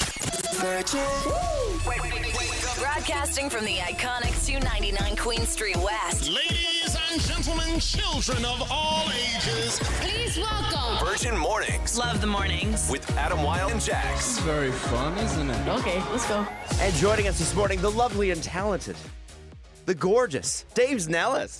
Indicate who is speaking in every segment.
Speaker 1: Oh,
Speaker 2: Broadcasting from the iconic 299 Queen Street West.
Speaker 3: Ladies and gentlemen, children of all ages,
Speaker 4: Please welcome
Speaker 5: Virgin Mornings
Speaker 2: Love the mornings.
Speaker 5: with Adam Wilde and Jax.
Speaker 6: Very fun, isn't it?
Speaker 7: Okay, let's go.
Speaker 8: And joining us this morning, the lovely and talented, the gorgeous Dave's Nellis.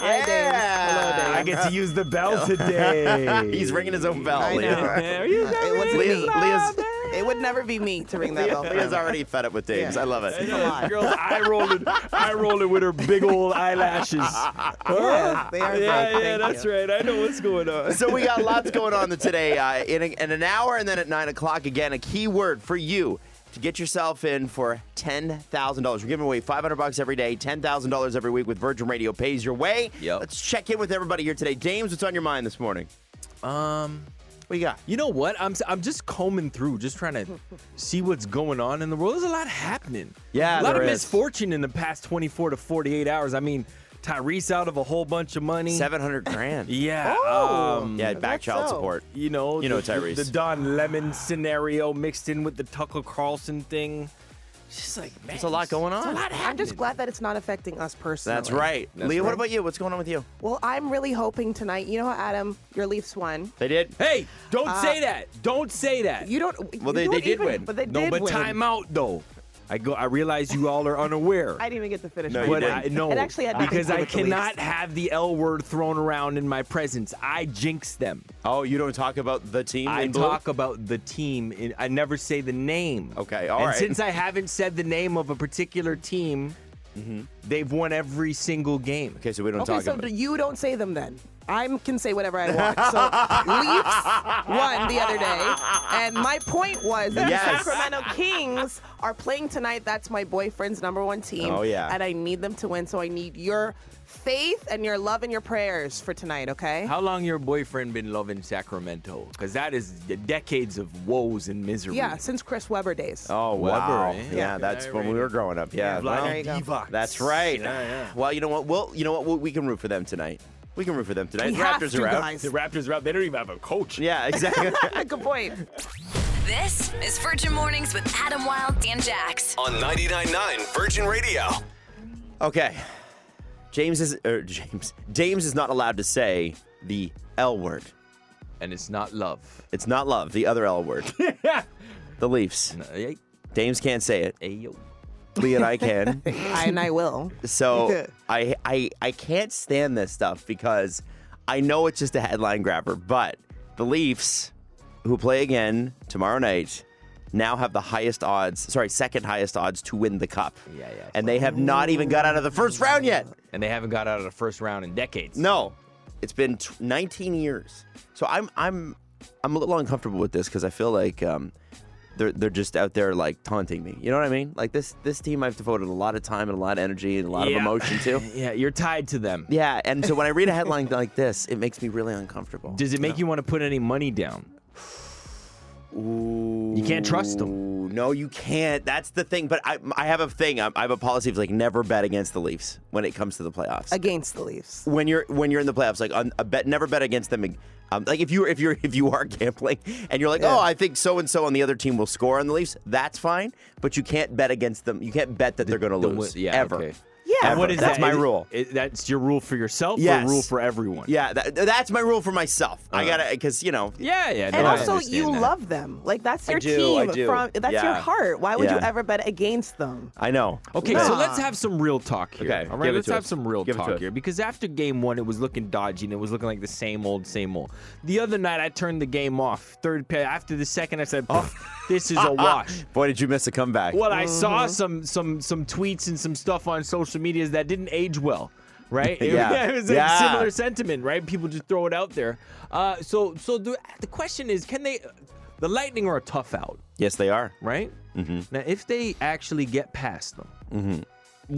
Speaker 7: Hi, Dave. Hello, Dave.
Speaker 1: I get to use the bell today.
Speaker 8: He's ringing his own bell. Leah.
Speaker 1: There you go.
Speaker 7: It wasn't
Speaker 8: Leah's,
Speaker 7: me.
Speaker 8: Leah's,
Speaker 7: It would never be me to ring that bell.
Speaker 8: Leah's already fed up with Dave's. I love it.
Speaker 7: alive.
Speaker 1: Girls, I rolling, I rolling with her big old eyelashes.
Speaker 7: Yeah, they are
Speaker 1: yeah,
Speaker 7: big.
Speaker 1: yeah,
Speaker 7: Thank
Speaker 1: that's
Speaker 7: you.
Speaker 1: right. I know what's going on.
Speaker 8: So we got lots going on today. Uh, in, a, in an hour and then at nine o'clock again, a key word for you to get yourself in for ten thousand dollars. We're giving away five hundred bucks every day, ten thousand dollars every week with Virgin Radio pays your way.
Speaker 9: Yep.
Speaker 8: Let's check in with everybody here today. James, what's on your mind this morning?
Speaker 9: Um,
Speaker 8: What you got?
Speaker 9: you know what? I'm s- I'm just combing through, just trying to see what's going on in the world. There's a lot happening.
Speaker 8: Yeah,
Speaker 9: a lot
Speaker 8: there
Speaker 9: of
Speaker 8: is.
Speaker 9: misfortune in the past 24 to 48 hours. I mean, Tyrese out of a whole bunch of money.
Speaker 8: Seven hundred grand.
Speaker 9: Yeah.
Speaker 1: Oh.
Speaker 9: Um,
Speaker 8: Yeah, back
Speaker 7: that's
Speaker 8: child
Speaker 7: so.
Speaker 8: support.
Speaker 9: You know,
Speaker 8: You know
Speaker 9: the,
Speaker 8: Tyrese.
Speaker 9: The, the Don Lemon scenario mixed in with the Tucker Carlson thing. It's Just like, man,
Speaker 8: There's a lot going on.
Speaker 7: I'm just glad that it's not affecting us personally.
Speaker 8: That's right.
Speaker 9: That's
Speaker 8: Leah, what
Speaker 9: right.
Speaker 8: about you? What's going on with you?
Speaker 7: Well, I'm really hoping tonight. You know, what, Adam, your Leafs won.
Speaker 8: They did.
Speaker 9: Hey, don't
Speaker 7: Uh,
Speaker 9: say that. Don't say that.
Speaker 7: You don't.
Speaker 8: Well, they-
Speaker 7: you don't
Speaker 8: they did
Speaker 7: even-
Speaker 8: win.
Speaker 7: But they
Speaker 9: no,
Speaker 7: did
Speaker 9: but
Speaker 7: win.
Speaker 9: timeout though. I go. I realize you all are unaware.
Speaker 7: I didn't even get to finish.
Speaker 8: No,
Speaker 7: my
Speaker 8: you
Speaker 9: But
Speaker 7: point.
Speaker 8: didn't.
Speaker 9: I no,
Speaker 7: It actually had nothing
Speaker 9: because
Speaker 7: to do
Speaker 9: I
Speaker 7: with the Leafs.
Speaker 9: cannot have the L word thrown around in my presence. I jinx them.
Speaker 8: Oh, you don't talk about the team.
Speaker 9: I
Speaker 8: in blue?
Speaker 9: talk about the team. In, I never say the name.
Speaker 8: Okay, all
Speaker 9: and
Speaker 8: right.
Speaker 9: since I haven't said the name of a particular team, they've won every single game.
Speaker 8: Okay, so we don't
Speaker 7: Mm-hmm. Okay,
Speaker 8: talk
Speaker 7: so
Speaker 8: about.
Speaker 7: do
Speaker 8: it.
Speaker 7: you don't say them then. I can say whatever I want. So Leafs won the other day, and my point was that
Speaker 8: Yes.
Speaker 7: the Sacramento Kings are playing tonight. That's my boyfriend's number one team.
Speaker 8: Oh, yeah.
Speaker 7: and I need them to win. So I need your faith and your love and your prayers for tonight. Okay.
Speaker 9: How long your boyfriend been loving Sacramento? Because that is the decades of woes and misery.
Speaker 7: yeah, since Chris Weber days.
Speaker 8: Oh
Speaker 9: Weber,
Speaker 8: wow!
Speaker 9: eh?
Speaker 8: Yeah,
Speaker 9: Yeah.
Speaker 8: that's
Speaker 9: Yeah,
Speaker 8: when we
Speaker 9: right.
Speaker 8: were growing up. Yeah, well,
Speaker 9: Vlade
Speaker 7: there you go.
Speaker 9: Divac.
Speaker 8: that's right.
Speaker 9: Yeah, yeah.
Speaker 8: Well, you know what? Well, you know what? We- We can root for them tonight. We can root for them tonight.
Speaker 7: We
Speaker 8: The
Speaker 7: have
Speaker 8: Raptors
Speaker 7: to,
Speaker 8: are out.
Speaker 7: guys.
Speaker 9: The Raptors are out. They don't even have a coach.
Speaker 8: Yeah, exactly.
Speaker 7: Good point.
Speaker 2: This is Virgin Mornings with Adam Wilde and Jax.
Speaker 5: On 99.9 Virgin Radio.
Speaker 8: okay, James is or James. James is not allowed to say the L word.
Speaker 9: And it's not love.
Speaker 8: It's not love. The other L word. the Leafs.
Speaker 9: Hey,
Speaker 8: James can't say it.
Speaker 9: hey, yo.
Speaker 8: Lee and I can.
Speaker 7: I and I will.
Speaker 8: So I I I can't stand this stuff because I know it's just a headline grabber, but the Leafs, who play again tomorrow night, now have the highest odds, sorry, second highest odds to win the cup.
Speaker 9: Yeah, yeah.
Speaker 8: And they have not even got out of the first round yet.
Speaker 9: And they haven't got out of the first round in decades.
Speaker 8: No. It's been t- 19 years. So I'm I'm I'm a little uncomfortable with this cuz I feel like um they're, they're just out there like taunting me. You know what I mean? Like this this team I've devoted a lot of time and a lot of energy and a lot
Speaker 9: Yeah.
Speaker 8: of emotion to.
Speaker 9: Yeah, you're tied to them.
Speaker 8: Yeah, and so when I read a headline like this, it makes me really uncomfortable.
Speaker 9: Does it make you want to put any money down? You can't trust them.
Speaker 8: Ooh, no, you can't. That's the thing. But I, I have a thing. I, I have a policy of like never bet against the Leafs when it comes to the playoffs.
Speaker 7: Against the Leafs.
Speaker 8: when you're when you're in the playoffs, like on a bet, never bet against them. Um, like if you if you're if you are gambling and you're like, oh, I think so and so on the other team will score on the Leafs, that's fine. But you can't bet against them. You can't bet that they're going to
Speaker 9: The
Speaker 8: lose
Speaker 9: wi- yeah,
Speaker 8: ever.
Speaker 9: okay.
Speaker 7: Yeah.
Speaker 8: Ever.
Speaker 9: What is
Speaker 8: that's
Speaker 9: that?
Speaker 8: my
Speaker 9: Is it-
Speaker 8: rule.
Speaker 9: it- that's your rule for yourself
Speaker 8: Yes.
Speaker 9: or a rule for everyone?
Speaker 8: Yeah, that, that's my rule for myself. I gotta because you know
Speaker 9: Uh-huh. Yeah, yeah.
Speaker 7: And
Speaker 9: no, I
Speaker 7: also,
Speaker 9: understand
Speaker 7: you
Speaker 9: that.
Speaker 7: love them. Like that's your
Speaker 8: do, I
Speaker 7: team.
Speaker 8: do.
Speaker 7: From that's your
Speaker 8: Yeah.
Speaker 7: heart. Why would you
Speaker 8: Yeah.
Speaker 7: ever bet against them?
Speaker 8: I know.
Speaker 9: Okay, so let's have some real talk here.
Speaker 8: Okay,
Speaker 9: all right,
Speaker 8: give it
Speaker 9: let's
Speaker 8: to
Speaker 9: have
Speaker 8: us.
Speaker 9: some real
Speaker 8: Give it to
Speaker 9: talk
Speaker 8: us.
Speaker 9: here because after game one, it was looking dodgy and it was looking like the same old, same old. The other night, I turned the game off. Third pay after the second, I said, "Pff, "This is a wash."
Speaker 8: Boy, did you miss a comeback.
Speaker 9: Well, I saw
Speaker 8: Mm-hmm.
Speaker 9: some some some tweets and some stuff on social medias that didn't age well, right? It-
Speaker 8: Yeah.
Speaker 9: it was a
Speaker 8: Yeah.
Speaker 9: similar sentiment, right? People just throw it out there. Uh, so so the the question is, can they? The Lightning are a tough out,
Speaker 8: Yes, they are.
Speaker 9: right?
Speaker 8: Mm-hmm.
Speaker 9: Now, if they actually get past them,
Speaker 8: Mm-hmm.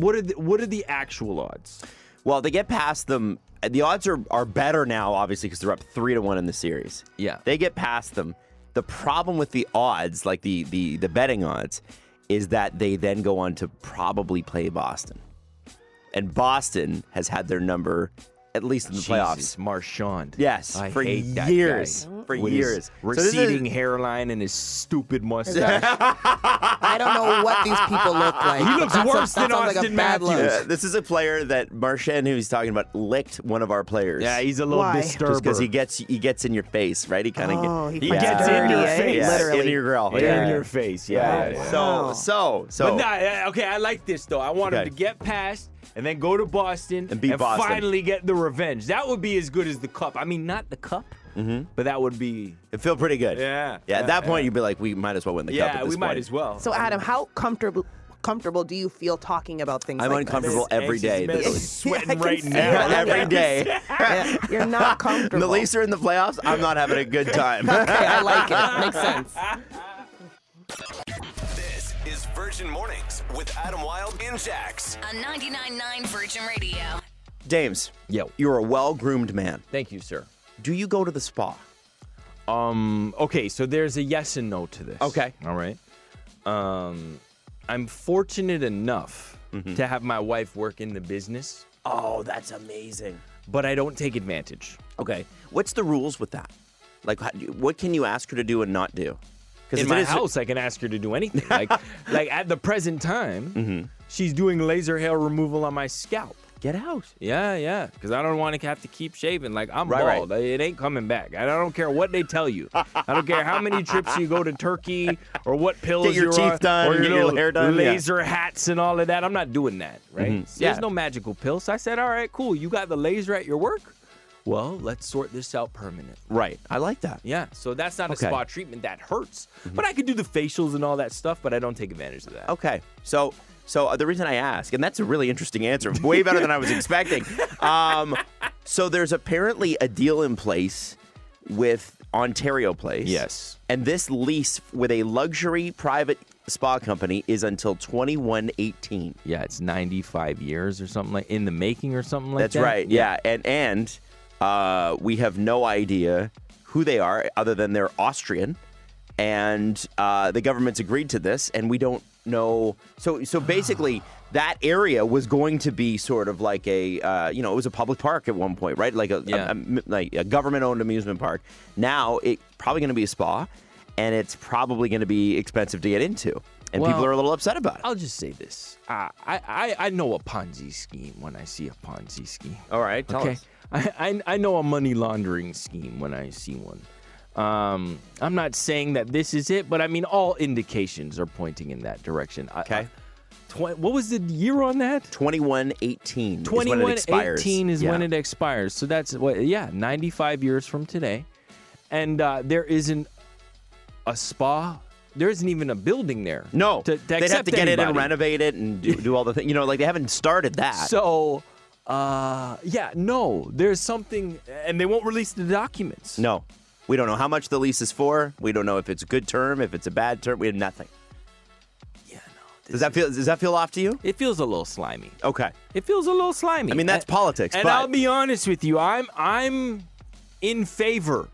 Speaker 9: what are the, what are the actual odds?
Speaker 8: Well, they get past them. The odds are, are better now, obviously, because they're up three to one in the series.
Speaker 9: Yeah.
Speaker 8: They get past them. The problem with the odds, like the the the betting odds, is that they then go on to probably play Boston. And Boston has had their number at least in the playoffs.
Speaker 9: Jesus, Marchand.
Speaker 8: Yes,
Speaker 9: I
Speaker 8: for
Speaker 9: hate that guy.
Speaker 8: years. For
Speaker 9: With
Speaker 8: years.
Speaker 9: his
Speaker 8: So this is-
Speaker 9: receding hairline and his stupid mustache.
Speaker 7: I don't know what these people look like.
Speaker 9: He
Speaker 7: but
Speaker 9: looks
Speaker 7: that
Speaker 9: worse
Speaker 7: sounds- that
Speaker 9: than
Speaker 7: sounds like a
Speaker 9: Austin
Speaker 7: bad look.
Speaker 9: Matthews.
Speaker 8: Uh, this is a player that Marchand, who he's talking about, licked one of our players.
Speaker 9: yeah, he's a little
Speaker 7: Why? Just
Speaker 9: disturber.
Speaker 8: just because he gets he gets in your face, right? He kind of
Speaker 7: Oh, he
Speaker 8: he
Speaker 7: finds
Speaker 9: gets
Speaker 7: it
Speaker 9: in
Speaker 7: dirty,
Speaker 9: your
Speaker 7: eh?
Speaker 9: face.
Speaker 8: yeah,
Speaker 7: literally.
Speaker 8: in your grill,
Speaker 9: Oh, yeah.
Speaker 8: yeah.
Speaker 9: in your face. Yeah. yeah, yeah.
Speaker 7: Wow.
Speaker 8: So so so
Speaker 9: But nah, okay, I like this though. I want him
Speaker 8: Okay.
Speaker 9: to get past and then go to Boston
Speaker 8: And beat Boston.
Speaker 9: finally get the revenge. That would be as good as the cup. I mean, not the cup, but that would be.
Speaker 8: it feel pretty good.
Speaker 9: Yeah,
Speaker 8: yeah.
Speaker 9: yeah,
Speaker 8: At that point, you'd be like, we might as well win the cup.
Speaker 9: Yeah,
Speaker 8: at
Speaker 9: we
Speaker 8: this
Speaker 9: might
Speaker 8: point.
Speaker 9: as well.
Speaker 7: So Adam, how comfortable comfortable do you feel talking about things?
Speaker 8: I'm
Speaker 7: like
Speaker 8: uncomfortable every
Speaker 9: Anxious
Speaker 8: day.
Speaker 9: man
Speaker 8: This
Speaker 9: is
Speaker 8: is-
Speaker 9: sweating
Speaker 7: I
Speaker 9: right
Speaker 7: can
Speaker 9: now.
Speaker 7: see it.
Speaker 8: every day.
Speaker 7: This? Yeah, you're not comfortable.
Speaker 8: And the Leafs are in the playoffs. I'm not having a good time.
Speaker 7: Okay, I like it. Makes sense.
Speaker 5: This is Virgin Mornings with Adam Wilde and Jax.
Speaker 2: On 99.9 Virgin Radio.
Speaker 8: James,
Speaker 9: Yo.
Speaker 8: you're a well-groomed man.
Speaker 9: Thank you, sir.
Speaker 8: Do you go to the spa?
Speaker 9: Um. Okay. So there's a yes and no to this.
Speaker 8: Okay.
Speaker 9: All right. Um, I'm fortunate enough to have my wife work in the business,
Speaker 8: Oh, that's amazing.
Speaker 9: but I don't take advantage.
Speaker 8: Okay, what's the rules with that? Like, how, what can you ask her to do and not do? Because
Speaker 9: in my house, I can ask her to do anything. Like, like at the present time, she's doing laser hair removal on my scalp.
Speaker 8: get out.
Speaker 9: Yeah, yeah. Because I don't want to have to keep shaving. Like I'm
Speaker 8: Right, right.
Speaker 9: bald. It ain't coming back. And I don't care what they tell you. I don't care how many trips you go to Turkey or what pills
Speaker 8: your
Speaker 9: you're
Speaker 8: teeth
Speaker 9: on,
Speaker 8: done,
Speaker 9: or
Speaker 8: get your
Speaker 9: little
Speaker 8: hair done, yeah.
Speaker 9: laser hats and all of that. I'm not doing that. Right? So
Speaker 8: yeah.
Speaker 9: There's no magical pill. So I said, all right, cool. You got the laser at your work. Well, let's sort this out permanent.
Speaker 8: Right, I like that.
Speaker 9: Yeah, so that's not
Speaker 8: Okay.
Speaker 9: a spa treatment that hurts. But I could do the facials and all that stuff, but I don't take advantage of that.
Speaker 8: Okay, so so uh, the reason I ask, and that's a really interesting answer, way better than I was expecting. Um, so there's apparently a deal in place with Ontario Place.
Speaker 9: Yes.
Speaker 8: and this lease with a luxury private spa company is until 2118.
Speaker 9: Yeah, it's 95 years or something like in the making or something like
Speaker 8: That's
Speaker 9: that.
Speaker 8: right. Yeah, and and uh, we have no idea who they are other than they're Austrian, and uh, the government's agreed to this, and we don't know. So
Speaker 9: Ah.
Speaker 8: so basically, that area was going to be sort of like a uh, you know it was a public park at one point, right? Like a, a-
Speaker 9: Yeah.
Speaker 8: a m- like a government owned amusement park. Now it probably going to be a spa, and it's probably going to be expensive to get into, and people
Speaker 9: Well,
Speaker 8: are a little upset about it.
Speaker 9: I'll just say this. Uh, I, I I know a Ponzi scheme when I see a Ponzi scheme.
Speaker 8: All right, tell
Speaker 9: okay.
Speaker 8: us.
Speaker 9: I, I I know a money laundering scheme when I see one. Um, I'm not saying that this is it, but I mean all indications are pointing in that direction. I-
Speaker 8: Okay.
Speaker 9: I- twen- what was the year on that?
Speaker 8: 2118 is when it
Speaker 9: 21
Speaker 8: expires.
Speaker 9: 18 is when
Speaker 8: Yeah.
Speaker 9: it expires. So that's what, yeah, 95 years from today. And uh, there isn't a spa. There isn't even a building there.
Speaker 8: No,
Speaker 9: to, to
Speaker 8: they'd have
Speaker 9: accept
Speaker 8: to get it and
Speaker 9: anybody.
Speaker 8: renovate it and do, do all the things. You know, like they haven't started that.
Speaker 9: So, uh, yeah, no, there's something, and they won't release the documents.
Speaker 8: no, we don't know how much the lease is for. We don't know if it's a good term, if it's a bad term. We have nothing.
Speaker 9: Yeah, no.
Speaker 8: Does that feel? Does that feel off to you?
Speaker 9: It feels a little slimy.
Speaker 8: Okay.
Speaker 9: It feels a little slimy.
Speaker 8: I mean, that's
Speaker 9: A-
Speaker 8: politics,
Speaker 9: And
Speaker 8: but-
Speaker 9: I'll be honest with you, I'm I'm in favor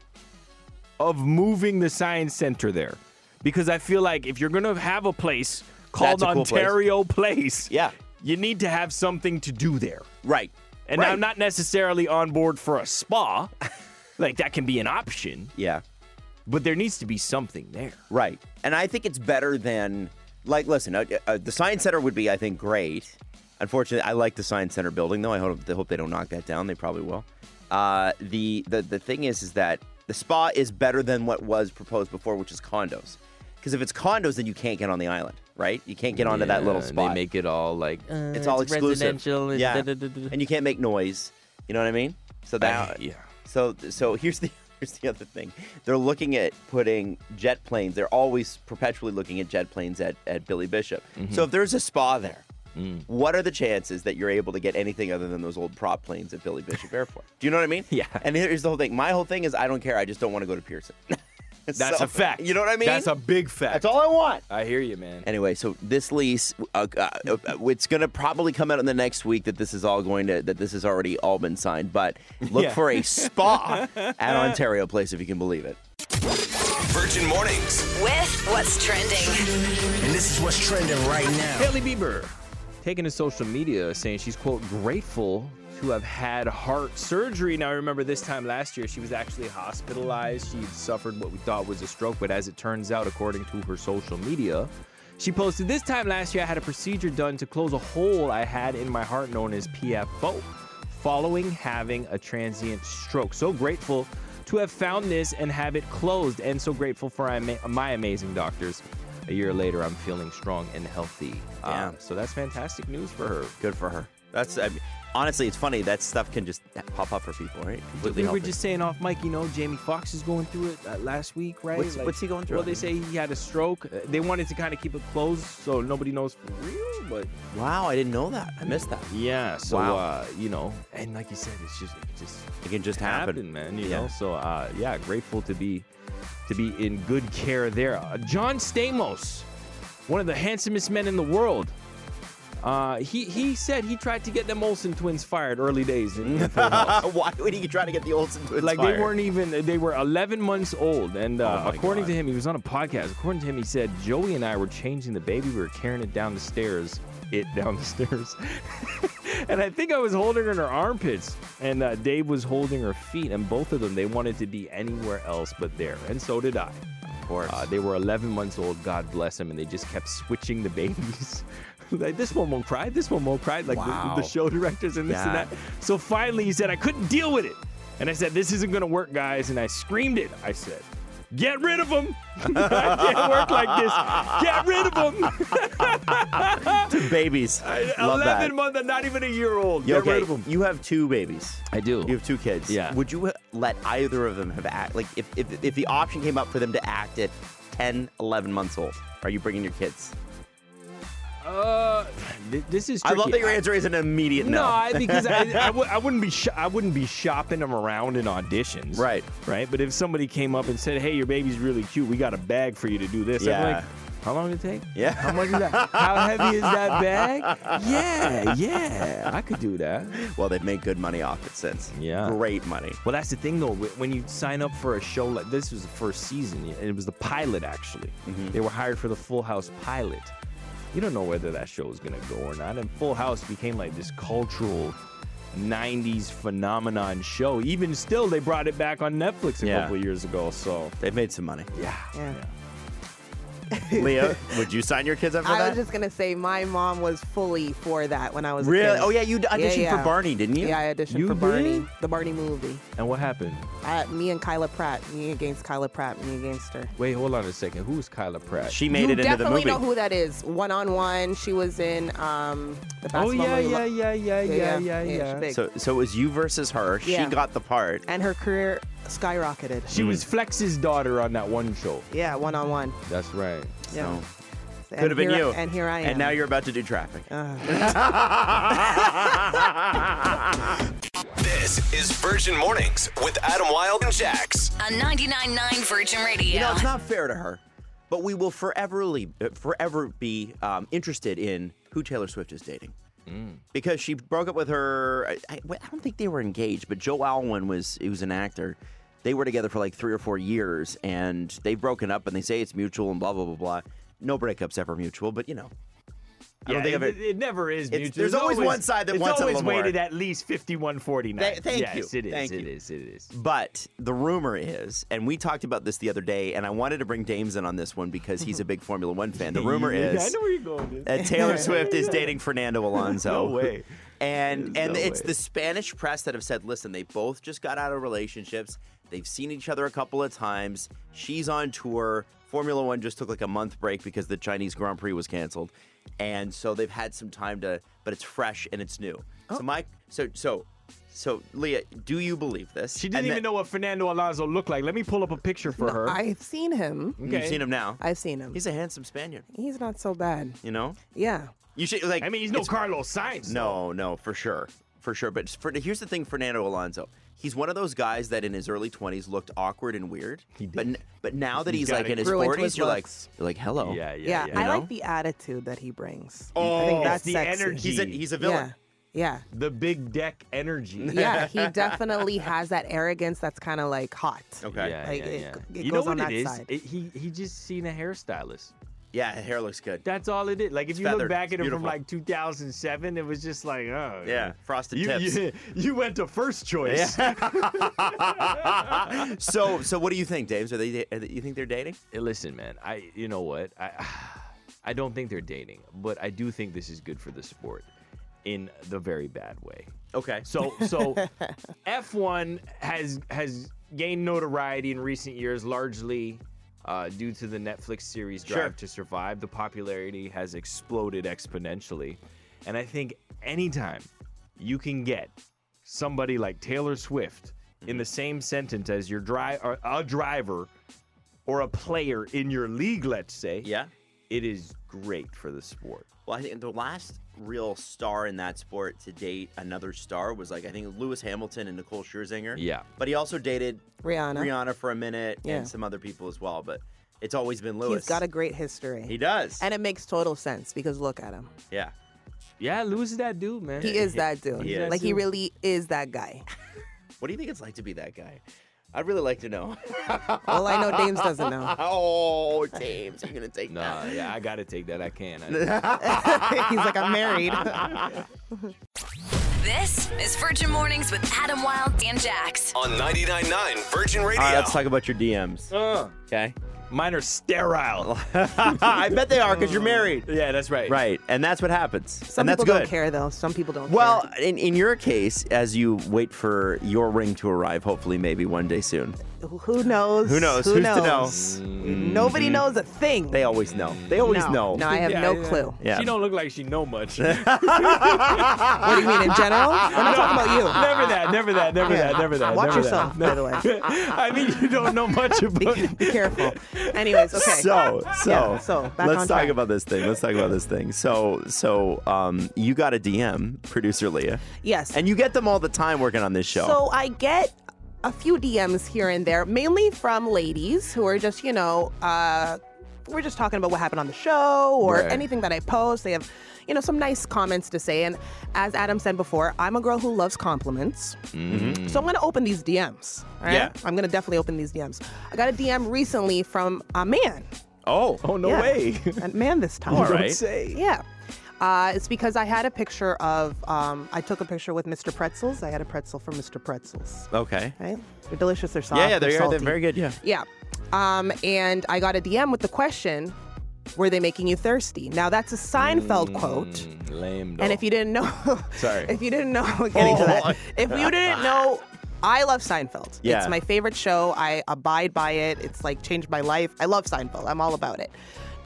Speaker 9: of moving the science center there because I feel like if you're going to have a place called
Speaker 8: That's a cool place.
Speaker 9: Ontario Place,
Speaker 8: Yeah.
Speaker 9: you need to have something to do there.
Speaker 8: Right.
Speaker 9: And
Speaker 8: Right.
Speaker 9: I'm not necessarily on board for a spa. like that can be an option,
Speaker 8: Yeah.
Speaker 9: but there needs to be something there.
Speaker 8: Right. And I think it's better than like. Listen, uh, uh, the science center would be, I think, great. Unfortunately, I like the science center building though. I hope they hope they don't knock that down. They probably will. Uh, the the the thing is, is that the spa is better than what was proposed before, which is condos. Because if it's condos, then you can't get on the island, right? You can't get onto that little spot.
Speaker 9: it all like
Speaker 8: it's all exclusive. yeah. And you can't make noise. You know what I mean? So that
Speaker 9: yeah.
Speaker 8: So so here's the here's the other thing. They're looking at putting jet planes. They're always perpetually looking at jet planes at, at Billy Bishop.
Speaker 9: Mm-hmm.
Speaker 8: So if there's a spa there,
Speaker 9: Mm.
Speaker 8: what are the chances that you're able to get anything other than those old prop planes at Billy Bishop Airport? Do you know what I mean?
Speaker 9: Yeah.
Speaker 8: And here's the whole thing. My whole thing is I don't care. I just don't want to go to Pearson.
Speaker 9: That's
Speaker 8: So,
Speaker 9: a fact.
Speaker 8: You know what I mean?
Speaker 9: That's a big fact.
Speaker 8: That's all I want.
Speaker 9: I hear you, man.
Speaker 8: Anyway, so this lease, uh, uh, uh, it's going to probably come out in the next week that this is all going to, that this has already all been signed. But look
Speaker 9: Yeah.
Speaker 8: for a spa at Ontario Place if you can believe it.
Speaker 5: Virgin Mornings.
Speaker 2: With what's trending.
Speaker 3: And this is what's trending right now.
Speaker 9: Haley Bieber taking to social media saying she's quote grateful who have had heart surgery. Now, I remember this time last year, she was actually hospitalized. She had suffered what we thought was a stroke, but as it turns out, according to her social media, she posted this time last year, I had a procedure done to close a hole I had in my heart known as PFO following having a transient stroke. So grateful to have found this and have it closed, and so grateful for ama- my amazing doctors. A year later, I'm feeling strong and healthy. Um,
Speaker 8: Yeah.
Speaker 9: so that's fantastic news for her.
Speaker 8: Good for her. That's I mean, honestly, it's funny that stuff can just pop up for people, right? Completely
Speaker 9: We were
Speaker 8: healthy.
Speaker 9: just saying off mic, you know, Jamie Foxx is going through it uh, last week, right?
Speaker 8: What's- what's he going through?
Speaker 9: Well, they say he had a stroke. Uh, They wanted to kind of keep it closed so nobody knows for real, but
Speaker 8: wow, I didn't know that. I missed that.
Speaker 9: yeah. So
Speaker 8: Wow.
Speaker 9: uh, you know, and like you said, it's just it just
Speaker 8: It can just happen,
Speaker 9: happened, man. You
Speaker 8: Yeah.
Speaker 9: know, so uh, yeah, grateful to be to be in good care there. Uh, John Stamos, one of the handsomest men in the world. Uh, he he said he tried to get them Olsen twins fired early days in, in full house
Speaker 8: Why would he try to get the Olsen twins?
Speaker 9: like
Speaker 8: fired?
Speaker 9: they weren't even they were 11 months old and uh,
Speaker 8: Oh my
Speaker 9: according
Speaker 8: God.
Speaker 9: to him he was on a podcast according to him he said joey and i were changing the baby we were carrying it down the stairs it down the stairs and i think i was holding her in her armpits and uh, dave was holding her feet and both of them they wanted to be anywhere else but there and so did i
Speaker 8: Of course.
Speaker 9: uh, they were 11 months old god bless them and they just kept switching the babies like this one won't cry this one won't cry like
Speaker 8: Wow.
Speaker 9: the, the show directors and this and
Speaker 8: Yeah.
Speaker 9: that so finally he said, I couldn't deal with it. And I said, This isn't going to work, guys. And I screamed it. I said, Get rid of them. I can't work like this. Get rid of them.
Speaker 8: babies. Love
Speaker 9: 11
Speaker 8: that.
Speaker 9: month, not even a year old.
Speaker 8: You-
Speaker 9: Get
Speaker 8: okay,
Speaker 9: rid of them.
Speaker 8: you have two babies.
Speaker 9: I do.
Speaker 8: You have two kids.
Speaker 9: Yeah.
Speaker 8: Would you uh, let either of them have act like if, if if the option came up for them to act at 10, 11 months old? Are you bringing your kids?
Speaker 9: Uh, th- this is
Speaker 8: I
Speaker 9: tricky.
Speaker 8: love that your answer is an immediate no.
Speaker 9: No, I, because I, I, w- I wouldn't be sh- I wouldn't be shopping them around in auditions.
Speaker 8: Right.
Speaker 9: Right. But if somebody came up and said, "Hey, your baby's really cute. We got a bag for you to do this,"
Speaker 8: Yeah.
Speaker 9: I'm like, "How long did it take?
Speaker 8: Yeah.
Speaker 9: How much is that? How heavy is that bag? Yeah, yeah. I could do that.
Speaker 8: well, they'd make good money off it since.
Speaker 9: Yeah.
Speaker 8: Great money.
Speaker 9: Well, that's the thing though. wh- When you sign up for a show like this was the first season, and it was the pilot actually. They were hired for the Full House pilot. You don't know whether that show is gonna go or not. And Full House became like this cultural '90s phenomenon show. Even still, they brought it back on Netflix a
Speaker 8: Yeah.
Speaker 9: couple years ago. So
Speaker 8: They've made some money.
Speaker 9: yeah,
Speaker 7: Yeah.
Speaker 8: Leo, would you sign your kids up for
Speaker 7: I
Speaker 8: that?
Speaker 7: was just gonna say my mom was fully for that when I was A
Speaker 8: really?
Speaker 7: kid.
Speaker 8: Oh yeah, you auditioned
Speaker 7: yeah.
Speaker 8: for Barney, didn't you?
Speaker 7: Yeah, I auditioned
Speaker 9: You
Speaker 7: for
Speaker 9: did?
Speaker 7: Barney, the Barney movie.
Speaker 9: And what happened?
Speaker 7: I, me and Kyla Pratt, me against Kyla Pratt, me against her.
Speaker 9: Wait, hold on a second. Who is Kyla Pratt?
Speaker 8: She
Speaker 7: you
Speaker 8: made it into the
Speaker 7: definitely
Speaker 8: movie.
Speaker 7: know who that is. One on one, she was in um, the basketball
Speaker 9: oh yeah,
Speaker 7: movie.
Speaker 9: yeah, yeah, yeah, yeah, yeah,
Speaker 7: yeah, yeah,
Speaker 9: yeah.
Speaker 7: she's big.
Speaker 8: so so it was you versus her. She
Speaker 7: Yeah.
Speaker 8: got the part.
Speaker 7: And her career skyrocketed.
Speaker 9: She was Flex's daughter on that one show.
Speaker 7: yeah, one on one.
Speaker 9: That's right.
Speaker 7: Yeah,
Speaker 8: So
Speaker 7: And
Speaker 8: could have been
Speaker 7: here-
Speaker 8: you.
Speaker 7: And here I am.
Speaker 8: And now you're about to do traffic.
Speaker 5: This is Virgin Mornings with Adam Wilde and Jax.
Speaker 2: On 99.9 Virgin Radio.
Speaker 8: You know, it's not fair to her, but we will foreverly, forever be um, interested in who Taylor Swift is dating. Because she broke up with her, I, I I don't think they were engaged, but Joe Alwyn was, he was an actor. They were together for like three or four years, and they've broken up, and they say it's mutual and blah blah blah blah. No breakups ever mutual, but you know, I don't think I've
Speaker 9: it,
Speaker 8: ever-
Speaker 9: it never is
Speaker 8: It's-
Speaker 9: mutual.
Speaker 8: there's always one side that
Speaker 9: it's
Speaker 8: wants a
Speaker 9: always
Speaker 8: little more.
Speaker 9: weighted at least 5149.
Speaker 8: Th- thank
Speaker 9: yes,
Speaker 8: you.
Speaker 9: it is.
Speaker 8: Thank
Speaker 9: it
Speaker 8: you.
Speaker 9: is, It is.
Speaker 8: But the rumor is, and we talked about this the other day, and I wanted to bring James in on this one because he's a big Formula One fan. The rumor
Speaker 9: Yeah,
Speaker 8: is
Speaker 9: I know where you're going. With. this.
Speaker 8: that Uh, Taylor Swift is dating Fernando Alonso.
Speaker 9: No way.
Speaker 8: And
Speaker 9: There's
Speaker 8: and
Speaker 9: no
Speaker 8: it's
Speaker 9: way.
Speaker 8: the Spanish press that have said, listen, they both just got out of relationships. They've seen each other a couple of times. She's on tour. Formula One just took like a month break because the Chinese Grand Prix was canceled. And so they've had some time to, but it's fresh and it's new.
Speaker 9: Oh.
Speaker 8: So my so so so Leah, do you believe this?
Speaker 9: She didn't even know what Fernando Alonso looked like. Let me pull up a picture for her.
Speaker 7: I've seen him.
Speaker 8: You've seen him now.
Speaker 7: I've seen him. He's,
Speaker 8: He's a handsome Spaniard.
Speaker 7: not so bad.
Speaker 8: You know.
Speaker 7: Yeah.
Speaker 8: You should like.
Speaker 9: I mean, he's no
Speaker 8: it's-
Speaker 9: Carlos Sainz.
Speaker 8: No, no, for sure. For sure. But for, here's the thing Fernando Alonso. He's one of those guys that in his early 20s looked awkward and weird. He did. But, n- but now that
Speaker 9: He
Speaker 8: he's
Speaker 9: got
Speaker 8: like
Speaker 9: it.
Speaker 8: in his
Speaker 7: Grew into
Speaker 8: 40s,
Speaker 7: his
Speaker 8: you're like,
Speaker 7: looks.
Speaker 8: you're like, hello.
Speaker 9: Yeah,
Speaker 7: Yeah.
Speaker 9: yeah,
Speaker 7: I
Speaker 8: You know?
Speaker 7: like the attitude that he brings. I
Speaker 8: Oh.
Speaker 7: think that's
Speaker 9: the
Speaker 7: sexy.
Speaker 9: energy.
Speaker 8: He's a, he's a villain.
Speaker 7: Yeah.
Speaker 9: The big deck energy.
Speaker 7: Yeah. Yeah. he definitely has that arrogance that's kind of like hot.
Speaker 8: Okay.
Speaker 9: Yeah,
Speaker 7: Like,
Speaker 9: yeah,
Speaker 7: it
Speaker 9: yeah.
Speaker 7: g- it
Speaker 9: you know
Speaker 7: goes
Speaker 9: what
Speaker 7: on
Speaker 9: it
Speaker 7: that
Speaker 9: is?
Speaker 7: side.
Speaker 9: It- he he just seen a hairstylist.
Speaker 8: Yeah, hair looks good.
Speaker 9: That's all it is. Like if you
Speaker 8: feathered.
Speaker 9: look back at
Speaker 8: It's
Speaker 9: it from
Speaker 8: beautiful.
Speaker 9: like 2007, it was just like, oh
Speaker 8: Yeah, frosted
Speaker 9: You,
Speaker 8: tips.
Speaker 9: you, you went to first choice.
Speaker 8: So, so what do you think, Dames? Are they, are they? You think they're dating?
Speaker 9: Hey, eh, Listen, man, I you know what? I I don't think they're dating, but I do think this is good for the sport in the very bad way.
Speaker 8: Okay.
Speaker 9: So so F1 has has gained notoriety in recent years largely uh, due to the Netflix series Drive
Speaker 8: Sure.
Speaker 9: to Survive. The popularity has exploded exponentially, and I think anytime you can get somebody like Taylor Swift in the same sentence as your dri- or a driver or a player in your league, let's say,
Speaker 8: yeah.
Speaker 9: it is great for the sport.
Speaker 8: Well, I think the last real star in that sport to date another star was like I think Lewis Hamilton and Nicole Scherzinger.
Speaker 9: Yeah.
Speaker 8: But he also dated
Speaker 7: Rihanna.
Speaker 8: Rihanna for a minute
Speaker 7: Yeah.
Speaker 8: and some other people as well. But it's always been Lewis.
Speaker 7: He's got a great history.
Speaker 8: He does.
Speaker 7: And it makes total sense because look at him.
Speaker 8: yeah.
Speaker 9: Yeah, Lewis is that dude, man.
Speaker 7: He is that dude.
Speaker 8: He is.
Speaker 7: Like he really is that guy.
Speaker 8: What do you think it's like to be that guy? I'd really like to know.
Speaker 7: All I know, Dames doesn't know.
Speaker 8: oh, James, you're gonna take
Speaker 9: Nah,
Speaker 8: that.
Speaker 9: yeah, I gotta take that. I can. I
Speaker 7: He's like, I'm married.
Speaker 2: This is Virgin Mornings with Adam Wilde and Jax.
Speaker 5: on 99.9 Virgin Radio.
Speaker 8: All right, let's talk about your DMs. Okay.
Speaker 9: Mine are sterile.
Speaker 8: I bet they are because you're married.
Speaker 9: yeah, that's right.
Speaker 8: Right, and that's what happens,
Speaker 7: Some
Speaker 8: and that's
Speaker 7: people
Speaker 8: good.
Speaker 7: don't care though. Some people don't
Speaker 8: Well,
Speaker 7: care.
Speaker 8: in, in your case, as you wait for your ring to arrive, hopefully, maybe one day soon.
Speaker 7: Well, who knows?
Speaker 8: Who knows?
Speaker 7: Who
Speaker 8: Who's
Speaker 7: knows?
Speaker 8: to know?
Speaker 7: Mm.
Speaker 8: Mm-hmm.
Speaker 7: Nobody knows a thing.
Speaker 8: They always know. They always
Speaker 7: no.
Speaker 8: know.
Speaker 7: No, I have
Speaker 9: Yeah,
Speaker 7: no
Speaker 9: yeah.
Speaker 7: clue.
Speaker 8: Yeah.
Speaker 9: She don't look like she know much. never
Speaker 7: What do you mean in general? We're not talking about you.
Speaker 9: that. Never that. Never
Speaker 7: Yeah.
Speaker 9: that. Never that.
Speaker 7: Watch
Speaker 9: never
Speaker 7: yourself,
Speaker 9: that.
Speaker 7: by the way.
Speaker 9: I mean, you don't know much about.
Speaker 7: Be careful. Anyways, okay.
Speaker 8: So, so,
Speaker 7: Yeah, so, back
Speaker 8: let's
Speaker 7: on
Speaker 8: talk
Speaker 7: track.
Speaker 8: about this thing. Let's talk about this thing. So, so, um, you got a DM, producer Leah,
Speaker 7: yes.
Speaker 8: and you get them all the time working on this show.
Speaker 7: So I get a few DMs here and there, mainly from ladies who are just, you know, uh, we're just talking about what happened on the show or
Speaker 9: Right.
Speaker 7: anything that I post. They have, you know, some nice comments to say. And as Adam said before, I'm a girl who loves compliments. So I'm going to open these DMs. All right?
Speaker 8: Yeah.
Speaker 7: I'm going to definitely open these DMs. I got a DM recently from a man,
Speaker 8: oh,
Speaker 9: Oh no
Speaker 7: Yeah.
Speaker 9: way.
Speaker 7: a man this time.
Speaker 8: All right.
Speaker 9: Say.
Speaker 7: Yeah. Uh, it's because I had a picture of, um, I took a picture with Mr. Pretzels. I had a pretzel from Mr. Pretzels
Speaker 8: okay.
Speaker 7: right? They're delicious. They're soft.
Speaker 8: Yeah, yeah,
Speaker 7: they're
Speaker 8: they are. They're
Speaker 7: salty.
Speaker 8: very good. Yeah.
Speaker 7: Yeah. Um, and I got a DM with the question, "Were they making you thirsty?" Now that's a Seinfeld
Speaker 8: Mm.
Speaker 7: quote.
Speaker 9: Lame.
Speaker 7: And if you didn't know,
Speaker 9: Sorry.
Speaker 7: if you didn't know, getting to
Speaker 8: Oh.
Speaker 7: that, if you didn't know. I love Seinfeld.
Speaker 8: Yeah.
Speaker 7: It's my favorite show. I abide by it. It's like changed my life. I love Seinfeld. I'm all about it.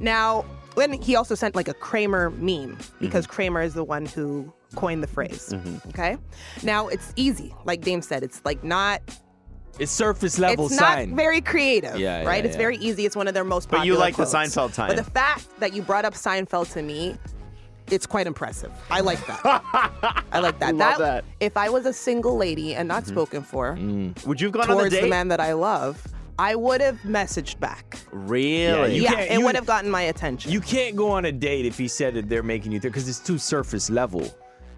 Speaker 7: Now, when he also sent like a Kramer meme because Kramer is the one who coined the phrase. Okay. Now it's easy. Like Dame said, it's like not
Speaker 9: it's surface level
Speaker 7: it's
Speaker 9: sign.
Speaker 7: not very creative,
Speaker 9: Yeah,
Speaker 7: right?
Speaker 9: yeah,
Speaker 7: It's
Speaker 9: yeah.
Speaker 7: very easy. It's one of their most
Speaker 8: But
Speaker 7: popular.
Speaker 8: you like the
Speaker 7: quotes.
Speaker 8: Seinfeld tie-in.
Speaker 7: But the fact that you brought up Seinfeld to me, it's quite impressive. I like that. I like that.
Speaker 8: Love that.
Speaker 7: If I was a single lady and
Speaker 9: Mm-hmm.
Speaker 7: not spoken for
Speaker 9: Mm.
Speaker 8: Would you have gone on a
Speaker 7: towards
Speaker 8: date?
Speaker 7: the man that I love, I would have messaged back.
Speaker 8: Really?
Speaker 9: You
Speaker 7: yeah,
Speaker 9: can't-
Speaker 7: it
Speaker 9: you-
Speaker 7: would have gotten my attention.
Speaker 9: you can't go on a date if he said that they're making you think because it's too surface level.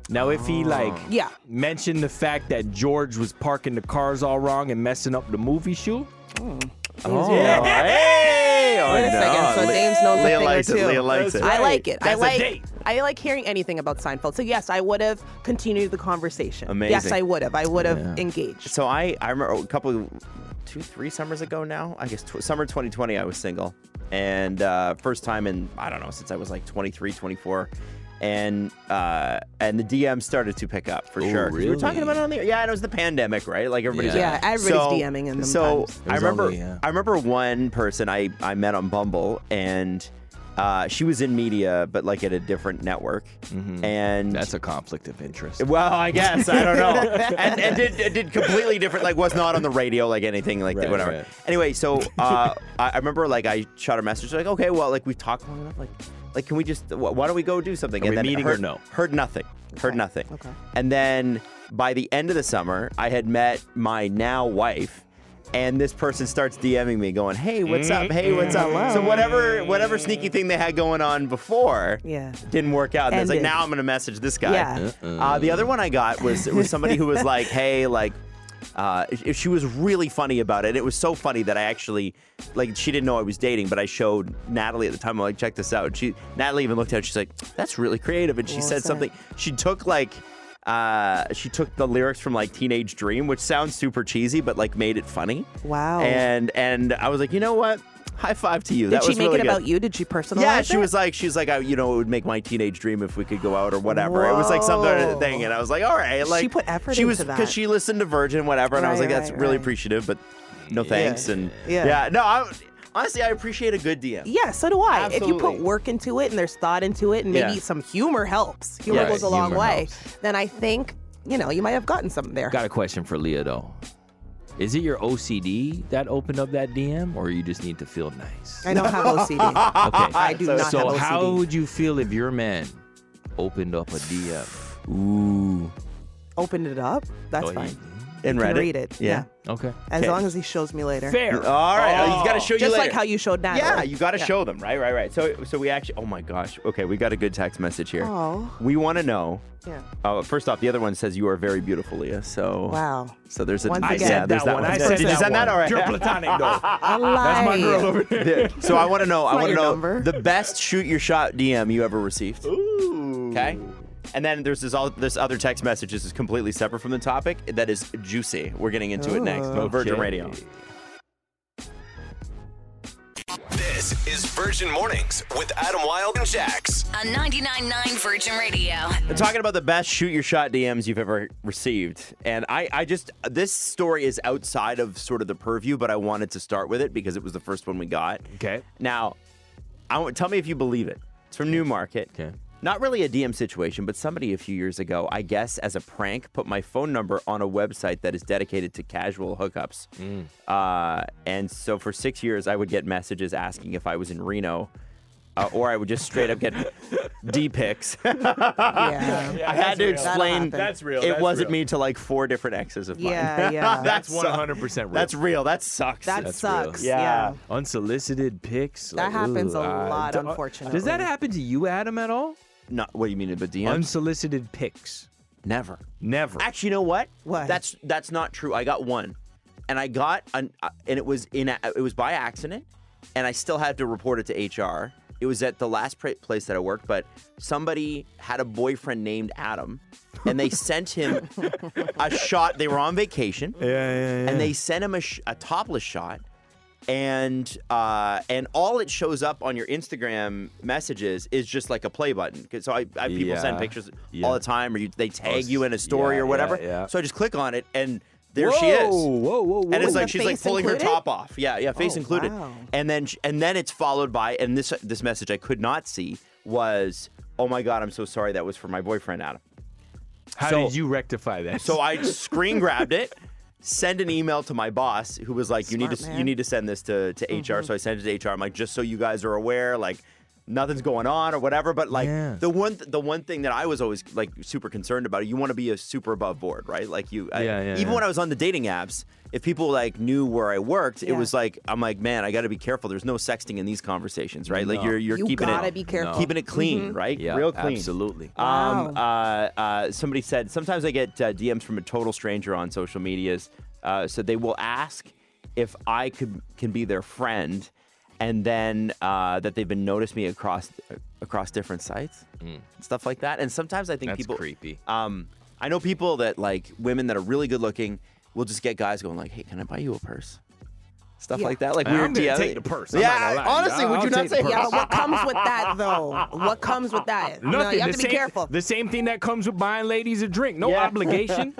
Speaker 9: Now, if he like
Speaker 7: Oh. Yeah.
Speaker 9: mentioned the fact that George was parking the cars all wrong and messing up the movie shoot,
Speaker 8: Oh, hey! Oh,
Speaker 7: Wait a
Speaker 8: no.
Speaker 7: second, so James knows a
Speaker 8: Leah
Speaker 7: thing or
Speaker 8: likes
Speaker 7: two.
Speaker 8: it. Leah likes it.
Speaker 7: I like it. I
Speaker 9: That's a
Speaker 7: like.
Speaker 9: date.
Speaker 7: I like hearing anything about Seinfeld. So yes, I would have continued the conversation. Yes,
Speaker 8: Amazing.
Speaker 7: I would have. I would have engaged.
Speaker 8: So I, I remember a couple, two, three summers ago now. I guess tw- summer 2020, I was single, and uh, first time in I don't know since I was like 23, 24, and uh, and the DM started to pick up for sure. 'Cause We were talking
Speaker 9: Oh, really?
Speaker 8: about it on the yeah, and it was the pandemic, right? Like everybody's
Speaker 9: Yeah.
Speaker 7: Yeah, everybody's
Speaker 8: so,
Speaker 7: DMing in them
Speaker 8: So
Speaker 7: times.
Speaker 8: I
Speaker 9: was
Speaker 8: remember,
Speaker 9: only, yeah.
Speaker 8: I remember one person I I met on Bumble and. Uh, she was in media, but like at a different network, and
Speaker 9: Mm-hmm. that's a conflict of interest.
Speaker 8: well, I guess I don't know, and, and did it did completely different. Like was not on the radio, like anything, like that,
Speaker 9: Right,
Speaker 8: whatever.
Speaker 9: right.
Speaker 8: Anyway, so uh, I, I remember like I shot a message like, okay, well, like we've talked long enough, like, like can we just wh- why don't we go do something?
Speaker 9: Are we meeting or
Speaker 8: heard,
Speaker 9: no?
Speaker 8: Heard nothing. Heard nothing.
Speaker 7: okay.
Speaker 8: And then by the end of the summer, I had met my now wife. And this person starts DMing me, going, "Hey, what's up? Hey, what's up?"
Speaker 7: Mm-hmm.
Speaker 8: So whatever, whatever sneaky thing they had going on before,
Speaker 7: Yeah.
Speaker 8: didn't work out. And it's like
Speaker 7: Ended.
Speaker 9: Uh-uh.
Speaker 8: now I'm gonna message this guy.
Speaker 7: Yeah.
Speaker 8: Uh, the other one I got was was somebody who was like, "Hey, like, Uh, if she was really funny about it. It was so funny that I actually, like, she didn't know I was dating, but I showed Natalie at the time. I'm like, check this out. And she, Natalie even looked at it. She's like, that's really creative. And she
Speaker 7: What
Speaker 8: said
Speaker 7: was that?
Speaker 8: something. She took like, uh, she took the lyrics from like Teenage Dream, which sounds super cheesy, but like made it funny.
Speaker 7: Wow.
Speaker 8: And and I was like, you know what? High five to you.
Speaker 7: Did
Speaker 8: that
Speaker 7: she
Speaker 8: was
Speaker 7: make
Speaker 8: really
Speaker 7: it
Speaker 8: good.
Speaker 7: about you? Did she personalize
Speaker 8: Yeah, she
Speaker 7: it?
Speaker 8: was like, she's like, I, you know, it would make my teenage dream if we could go out or whatever. It was like some
Speaker 7: Whoa.
Speaker 8: other thing, and I was like, all right, like
Speaker 7: put effort
Speaker 8: She was
Speaker 7: into that.
Speaker 8: because she listened to Virgin, whatever, and I was
Speaker 7: Right,
Speaker 8: like, that's
Speaker 7: right,
Speaker 8: really
Speaker 7: right.
Speaker 8: appreciative, but no thanks, and
Speaker 7: Yeah.
Speaker 8: no, I honestly, I appreciate a good DM.
Speaker 7: Yeah, so do I. If you
Speaker 8: Absolutely.
Speaker 7: put work into it and there's thought into it and maybe
Speaker 8: Yeah.
Speaker 7: some humor helps, humor
Speaker 8: Right,
Speaker 7: goes a long
Speaker 9: humor
Speaker 7: way,
Speaker 9: helps.
Speaker 7: then I think, you know, you might have gotten something there.
Speaker 9: Got a question for Leah though. Is it your OCD that opened up that DM, or you just need to feel nice?
Speaker 7: I don't have OCD.
Speaker 9: Okay.
Speaker 7: I do not
Speaker 9: so
Speaker 7: have OCD.
Speaker 9: how would you feel if your man opened up a DM?
Speaker 7: Opened it up. That's
Speaker 9: Oh,
Speaker 7: fine.
Speaker 8: and
Speaker 7: You
Speaker 8: read
Speaker 7: can
Speaker 8: it.
Speaker 7: read it.
Speaker 8: Yeah.
Speaker 7: Yeah.
Speaker 9: Okay.
Speaker 7: As
Speaker 8: Okay.
Speaker 7: long as he shows me later.
Speaker 9: Fair.
Speaker 8: All right, oh, you got to show you
Speaker 7: Just
Speaker 8: later.
Speaker 7: like how you showed Natalie.
Speaker 8: Yeah, you got to
Speaker 7: Yeah.
Speaker 8: show them. Right, right, right. So, so we actually. Oh my gosh. Okay, we got a good text message here.
Speaker 7: Oh.
Speaker 8: We want to know.
Speaker 7: Yeah.
Speaker 8: Uh, first off, the other one says you are very beautiful, Leah. So
Speaker 7: Wow.
Speaker 8: So there's a.
Speaker 7: Once
Speaker 8: yeah,
Speaker 7: again.
Speaker 8: there's that, one.
Speaker 9: I said
Speaker 8: Did you
Speaker 9: that
Speaker 8: send that?
Speaker 9: one.
Speaker 8: All right.
Speaker 9: Pure platonic though.
Speaker 7: I lied.
Speaker 8: Yeah. So I want to know. I
Speaker 7: not
Speaker 8: want to
Speaker 7: your
Speaker 8: know
Speaker 7: number.
Speaker 8: the best shoot your shot DM you ever received. Ooh. Okay. And then there's this all this other text message. This is completely separate from the topic. That is juicy. We're getting into it next.
Speaker 7: Ooh.
Speaker 8: Virgin
Speaker 9: Okay.
Speaker 8: Radio.
Speaker 5: This is Virgin Mornings with Adam Wilde and Jax.
Speaker 2: On 99.9 Virgin Radio.
Speaker 8: We're talking about the best shoot your shot DMs you've ever received. And I, I just, this story is outside of sort of the purview, but I wanted to start with it because it was the first one we got.
Speaker 9: Okay.
Speaker 8: Now, I want, tell me if you believe it. It's from Newmarket.
Speaker 9: Okay.
Speaker 8: Not really a DM situation, but somebody a few years ago, I guess as a prank, put my phone number on a website that is dedicated to casual hookups.
Speaker 9: Mm.
Speaker 8: Uh, and so for six years, I would get messages asking if I was in Reno. Uh, or I would just straight up get D pics.
Speaker 7: Yeah.
Speaker 8: I had to explain
Speaker 7: happen. That's
Speaker 9: real.
Speaker 8: It wasn't me to like four different exes of mine.
Speaker 7: Yeah, yeah.
Speaker 8: That's
Speaker 9: That's 100% real.
Speaker 8: That's real. That sucks.
Speaker 7: That
Speaker 9: That's
Speaker 7: sucks.
Speaker 9: real.
Speaker 7: Yeah.
Speaker 9: Unsolicited pics.
Speaker 7: That happens a lot, unfortunately.
Speaker 9: Does that happen to you, Adam, at all?
Speaker 8: not what do you mean about DMs?
Speaker 9: Unsolicited pics.
Speaker 8: Never.
Speaker 9: Never.
Speaker 8: Actually, you know what?
Speaker 7: What?
Speaker 8: That's that's not true. I got one, and I got an, uh, and it was in a, it was by accident, and I still had to report it to HR. It was at the last pra- place that I worked, but somebody had a boyfriend named Adam, and they sent him a shot. They were on vacation.
Speaker 9: yeah,
Speaker 8: and they sent him a, sh- a topless shot and uh, and all it shows up on your Instagram messages is just like a play button. 'Cause So I, I people send
Speaker 9: Yeah.
Speaker 8: pictures
Speaker 9: Yeah.
Speaker 8: all the time, or you, they tag
Speaker 9: s-
Speaker 8: you in a story
Speaker 9: yeah,
Speaker 8: or whatever.
Speaker 9: yeah, yeah.
Speaker 8: So I just click on it, and there she is.
Speaker 9: Whoa, whoa, whoa,
Speaker 8: And it's
Speaker 7: whoa.
Speaker 8: like
Speaker 7: The
Speaker 8: she's like
Speaker 7: face
Speaker 8: pulling
Speaker 7: included?
Speaker 8: her top off. Yeah, yeah, face
Speaker 7: Oh,
Speaker 8: included.
Speaker 7: wow.
Speaker 8: And then sh- and then it's followed by and this this message I could not see was, "Oh my god, I'm so sorry. That was for my boyfriend Adam."
Speaker 9: How
Speaker 8: So-
Speaker 9: did you rectify that?
Speaker 8: So I screen grabbed it, sent an email to my boss who was like, "You need
Speaker 7: Smart
Speaker 8: to
Speaker 7: man.
Speaker 8: you need to send this to to
Speaker 9: Mm-hmm.
Speaker 8: HR." So I sent it to HR. I'm like, "Just so you guys are aware, like." Nothing's going on or whatever, but like
Speaker 9: Yeah.
Speaker 8: the one th- the one thing that I was always like super concerned about, you want to be a super above board, right? Like you, I-
Speaker 9: Yeah, yeah,
Speaker 8: even
Speaker 9: yeah.
Speaker 8: when I was on the dating apps, if people like knew where I worked, it
Speaker 7: Yeah.
Speaker 8: was like I'm like, man, I got to be careful. There's no sexting in these conversations, right? Like you're you're
Speaker 7: You
Speaker 8: keeping
Speaker 7: gotta
Speaker 8: it
Speaker 7: be careful.
Speaker 8: keeping it clean, right?
Speaker 9: Mm-hmm. yeah,
Speaker 8: Real clean.
Speaker 9: Absolutely.
Speaker 8: Um, uh, uh, somebody said sometimes I get uh, DMs from a total stranger on social medias, uh, so they will ask if I could can be their friend, and then uh, that they've been noticed me across across different sites, stuff like that. And sometimes I think
Speaker 9: Mm. That's
Speaker 8: people
Speaker 9: creepy.
Speaker 8: Um, I know people that like women that are really good looking will just get guys going like, "Hey, can I buy you a purse?" Stuff
Speaker 7: Yeah.
Speaker 8: like that. Like
Speaker 9: I'm
Speaker 8: weird
Speaker 9: gonna
Speaker 8: DMs.
Speaker 9: take the purse. I'm not
Speaker 8: Yeah,
Speaker 9: gonna lie.
Speaker 8: honestly, would
Speaker 9: I'll
Speaker 8: you not
Speaker 9: take the
Speaker 8: say?
Speaker 9: purse.
Speaker 7: Yeah, but what comes with that though? What comes with that? You, know,
Speaker 9: Nothing.
Speaker 7: you have
Speaker 9: the
Speaker 7: to be
Speaker 9: same-
Speaker 7: careful.
Speaker 9: The same thing that comes with buying ladies a drink. No
Speaker 8: Yeah.
Speaker 9: obligation.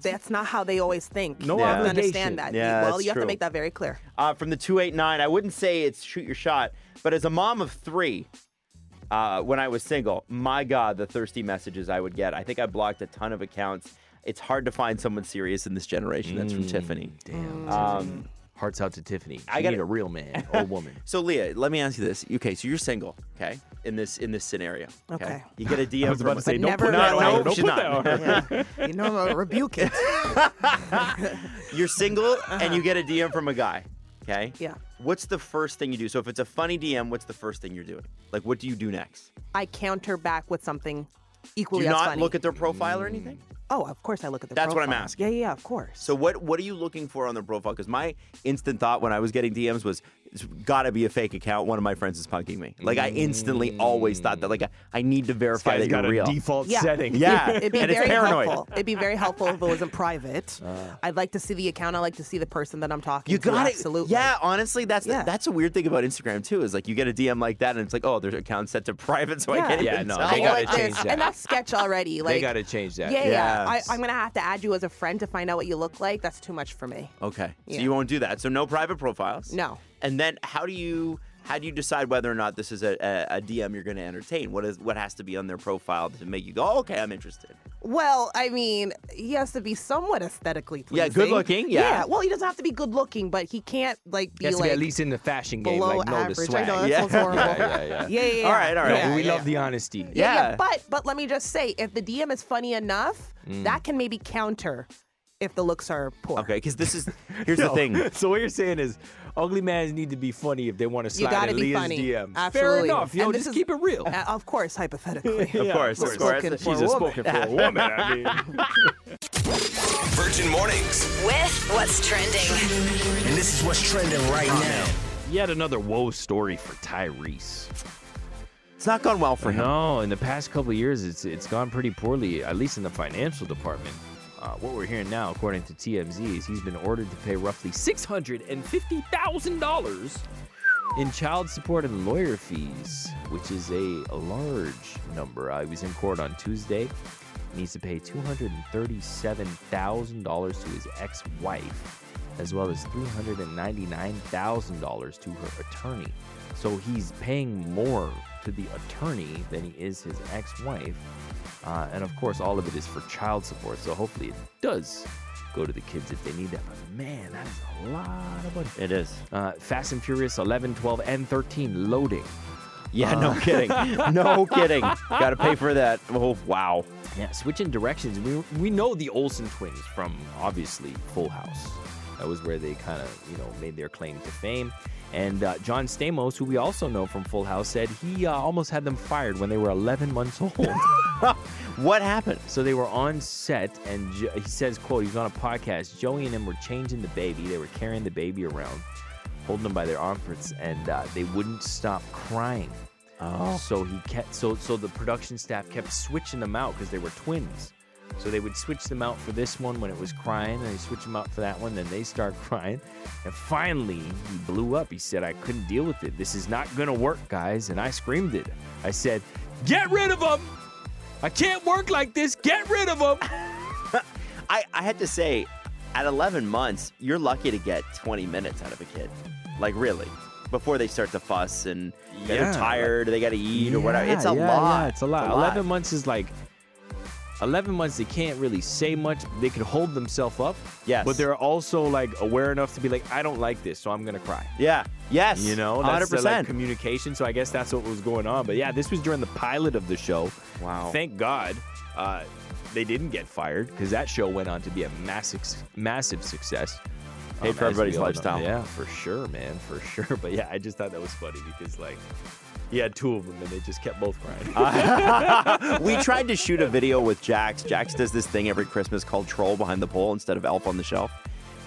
Speaker 7: That's not how they always think.
Speaker 9: No
Speaker 7: you have to
Speaker 9: obligation.
Speaker 7: understand that.
Speaker 8: Yeah,
Speaker 7: well,
Speaker 8: that's
Speaker 7: you have
Speaker 8: true.
Speaker 7: to make that very clear.
Speaker 8: uh, from the 289. I wouldn't say it's shoot your shot, but as a mom of three, uh, when I was single, my God, the thirsty messages I would get. I think I blocked a ton of accounts. It's hard to find someone serious in this generation. That's from Tiffany.
Speaker 7: Mm.
Speaker 9: Damn.
Speaker 8: Um,
Speaker 9: Hearts out to Tiffany. She
Speaker 8: I gotta-
Speaker 9: need a real man or woman.
Speaker 8: so Leah, let me ask you this. Okay, so you're single, okay? In this in this scenario,
Speaker 7: Okay.
Speaker 8: You get a DM
Speaker 9: I was about
Speaker 8: from
Speaker 9: to
Speaker 8: a-
Speaker 9: say,
Speaker 7: But
Speaker 9: don't
Speaker 7: never
Speaker 9: put
Speaker 7: in
Speaker 9: that
Speaker 7: my
Speaker 9: on her.
Speaker 7: life.
Speaker 9: Don't
Speaker 8: She's
Speaker 9: put that on
Speaker 8: not.
Speaker 9: her.
Speaker 7: You know, I'm gonna rebuke it.
Speaker 8: You're single
Speaker 9: Uh-huh.
Speaker 8: and you get a DM from a guy, okay?
Speaker 7: Yeah.
Speaker 8: What's the first thing you do? So if it's a funny DM, what's the first thing you're doing? Like, what do you do next?
Speaker 7: I counter back with something
Speaker 8: Do
Speaker 7: equally
Speaker 8: you
Speaker 7: as
Speaker 8: not
Speaker 7: funny.
Speaker 8: look at their profile or anything?
Speaker 7: oh, of course I look at the.
Speaker 8: That's what I'm
Speaker 7: profile. Yeah,
Speaker 8: asking.
Speaker 7: yeah, of course.
Speaker 8: So what what are you looking for on the profile? Because my instant thought when I was getting DMs was, it's got to be a fake account. One of my friends is punking me. Like I instantly always thought that. Like I, I need to
Speaker 9: This
Speaker 8: verify
Speaker 9: guy's
Speaker 8: that
Speaker 9: got
Speaker 8: you're
Speaker 9: a
Speaker 8: real.
Speaker 9: default
Speaker 7: Yeah.
Speaker 9: setting.
Speaker 8: Yeah,
Speaker 7: It'd be
Speaker 8: and
Speaker 7: very
Speaker 8: it's paranoid. Uh.
Speaker 7: helpful. It'd be very helpful if it was in private. I'd like to see the account. I like to see the person that I'm talking
Speaker 8: You
Speaker 7: to.
Speaker 8: got it.
Speaker 7: Absolutely.
Speaker 8: Yeah, honestly, that's
Speaker 7: Yeah.
Speaker 8: that's a weird thing about Instagram too. Is like you get a DM like that, and it's like, oh, their account set to private, so I
Speaker 7: Yeah.
Speaker 8: can't
Speaker 9: Yeah,
Speaker 8: even
Speaker 9: no,
Speaker 8: tell.
Speaker 9: they
Speaker 7: I
Speaker 9: gotta
Speaker 7: like this.
Speaker 9: change that.
Speaker 7: And that's sketch already. Like
Speaker 9: They got to change that.
Speaker 7: Yeah, yeah.
Speaker 8: Yes.
Speaker 7: I, I'm gonna have to add you as a friend to find out what you look like. That's too much for me.
Speaker 8: Okay, so
Speaker 7: Yeah.
Speaker 8: you won't do that. So no private profiles.
Speaker 7: No.
Speaker 8: And then how do you how do you decide whether or not this is a, a, a DM you're going to entertain? What is what has to be on their profile to make you go, oh, okay, I'm interested.
Speaker 7: Well, I mean, he has to be somewhat aesthetically
Speaker 8: Yeah,
Speaker 7: pleasing.
Speaker 8: good looking, yeah.
Speaker 7: Well, he doesn't have to be good looking, but he can't like be
Speaker 9: He has to
Speaker 7: like
Speaker 9: be at least in the fashion game,
Speaker 7: below
Speaker 9: like know the
Speaker 7: average. I
Speaker 9: swag.
Speaker 7: know that
Speaker 8: Yeah.
Speaker 7: sounds horrible.
Speaker 9: yeah, yeah, yeah.
Speaker 7: yeah, yeah,
Speaker 8: All
Speaker 7: yeah.
Speaker 8: right, all
Speaker 9: No,
Speaker 8: right.
Speaker 9: but we
Speaker 7: yeah,
Speaker 9: love
Speaker 7: yeah.
Speaker 9: the honesty.
Speaker 7: yeah, yeah.
Speaker 8: Yeah.
Speaker 7: But but let me just say, if the DM is funny enough,
Speaker 9: Mm.
Speaker 7: that can maybe counter if the looks are poor.
Speaker 8: Okay, because this is here's the
Speaker 9: No.
Speaker 8: thing.
Speaker 9: So what you're saying is, ugly mans need to be funny if they want to
Speaker 7: You
Speaker 9: slide
Speaker 7: gotta
Speaker 9: in
Speaker 7: be
Speaker 9: Leah's
Speaker 7: funny.
Speaker 9: DMs.
Speaker 7: Absolutely.
Speaker 9: Fair enough. Yo,
Speaker 7: And this
Speaker 9: just
Speaker 7: is-
Speaker 9: keep it real.
Speaker 7: Uh, of course, hypothetically.
Speaker 8: Of course, of course.
Speaker 7: Spoken for
Speaker 9: She's a
Speaker 7: woman.
Speaker 9: spoken for woman. I mean,
Speaker 5: Virgin Mornings.
Speaker 2: With what's trending.
Speaker 3: And this is what's trending right now.
Speaker 9: yet another woe story for Tyrese.
Speaker 8: It's not gone well for him.
Speaker 9: No, in the past couple of years, it's it's gone pretty poorly, at least in the financial department. Uh, what we're hearing now, according to TMZ, is he's been ordered to pay roughly six hundred and fifty thousand dollars in child support and lawyer fees, which is a, a large number. I was in court on Tuesday. He needs to pay two hundred and thirty-seven thousand dollars to his ex-wife, as well as three hundred and ninety-nine thousand dollars to her attorney. So he's paying more to the attorney than he is his ex-wife, uh, and of course, all of it is for child support. So hopefully, it does go to the kids if they need that. But man, that is a lot of money.
Speaker 8: It is.
Speaker 9: Uh, Fast and Furious 11, 12, and 13 loading.
Speaker 8: Yeah,
Speaker 9: Uh.
Speaker 8: no kidding. No kidding. Got to pay for that. Oh, wow.
Speaker 9: Yeah, switching directions. We we know the Olsen twins from obviously Full House. That was where they kind of you know made their claim to fame. And uh, John Stamos, who we also know from Full House, said he uh, almost had them fired when they were 11 months old.
Speaker 8: What happened?
Speaker 9: so they were on set, and jo- he says, "quote He was on a podcast. Joey and him were changing the baby. They were carrying the baby around, holding him by their armpits, and uh, they wouldn't stop crying." So he kept so so the production staff kept switching them out because they were twins. So they would switch them out for this one when it was crying, and they switch them out for that one, then they start crying. And finally, he blew up. He said, I couldn't deal with it. This is not gonna work, guys. And I screamed it. I said, Get rid of them! I can't work like this. Get rid of them.
Speaker 8: I, I had to say, at 11 months, you're lucky to get 20 minutes out of a kid. Like, really. Before they start to fuss and
Speaker 9: Yeah.
Speaker 8: they're tired, they got to eat or whatever. It's a
Speaker 9: yeah, yeah,
Speaker 8: lot.
Speaker 9: it's a lot. 11 months is like 11 months they can't really say much. They can hold themselves up.
Speaker 8: Yes.
Speaker 9: But they're also like aware enough to be like, I don't like this, so I'm gonna cry.
Speaker 8: Yeah. Yes.
Speaker 9: You know, that's
Speaker 8: 100%.
Speaker 9: the, like, communication. So I guess that's what was going on. But yeah, this was during the pilot of the show.
Speaker 8: Wow.
Speaker 9: Thank God uh, they didn't get fired because that show went on to be a massive, massive success. Um,
Speaker 8: Paid for
Speaker 9: as we
Speaker 8: everybody's
Speaker 9: all know.
Speaker 8: lifestyle.
Speaker 9: Yeah, for sure, man, for sure. But yeah, I just thought that was funny because like he had two of them and they just kept both crying.
Speaker 8: Uh, we tried to shoot a video with Jax. Jax does this thing every Christmas called Troll Behind the Pole instead of Elf on the Shelf.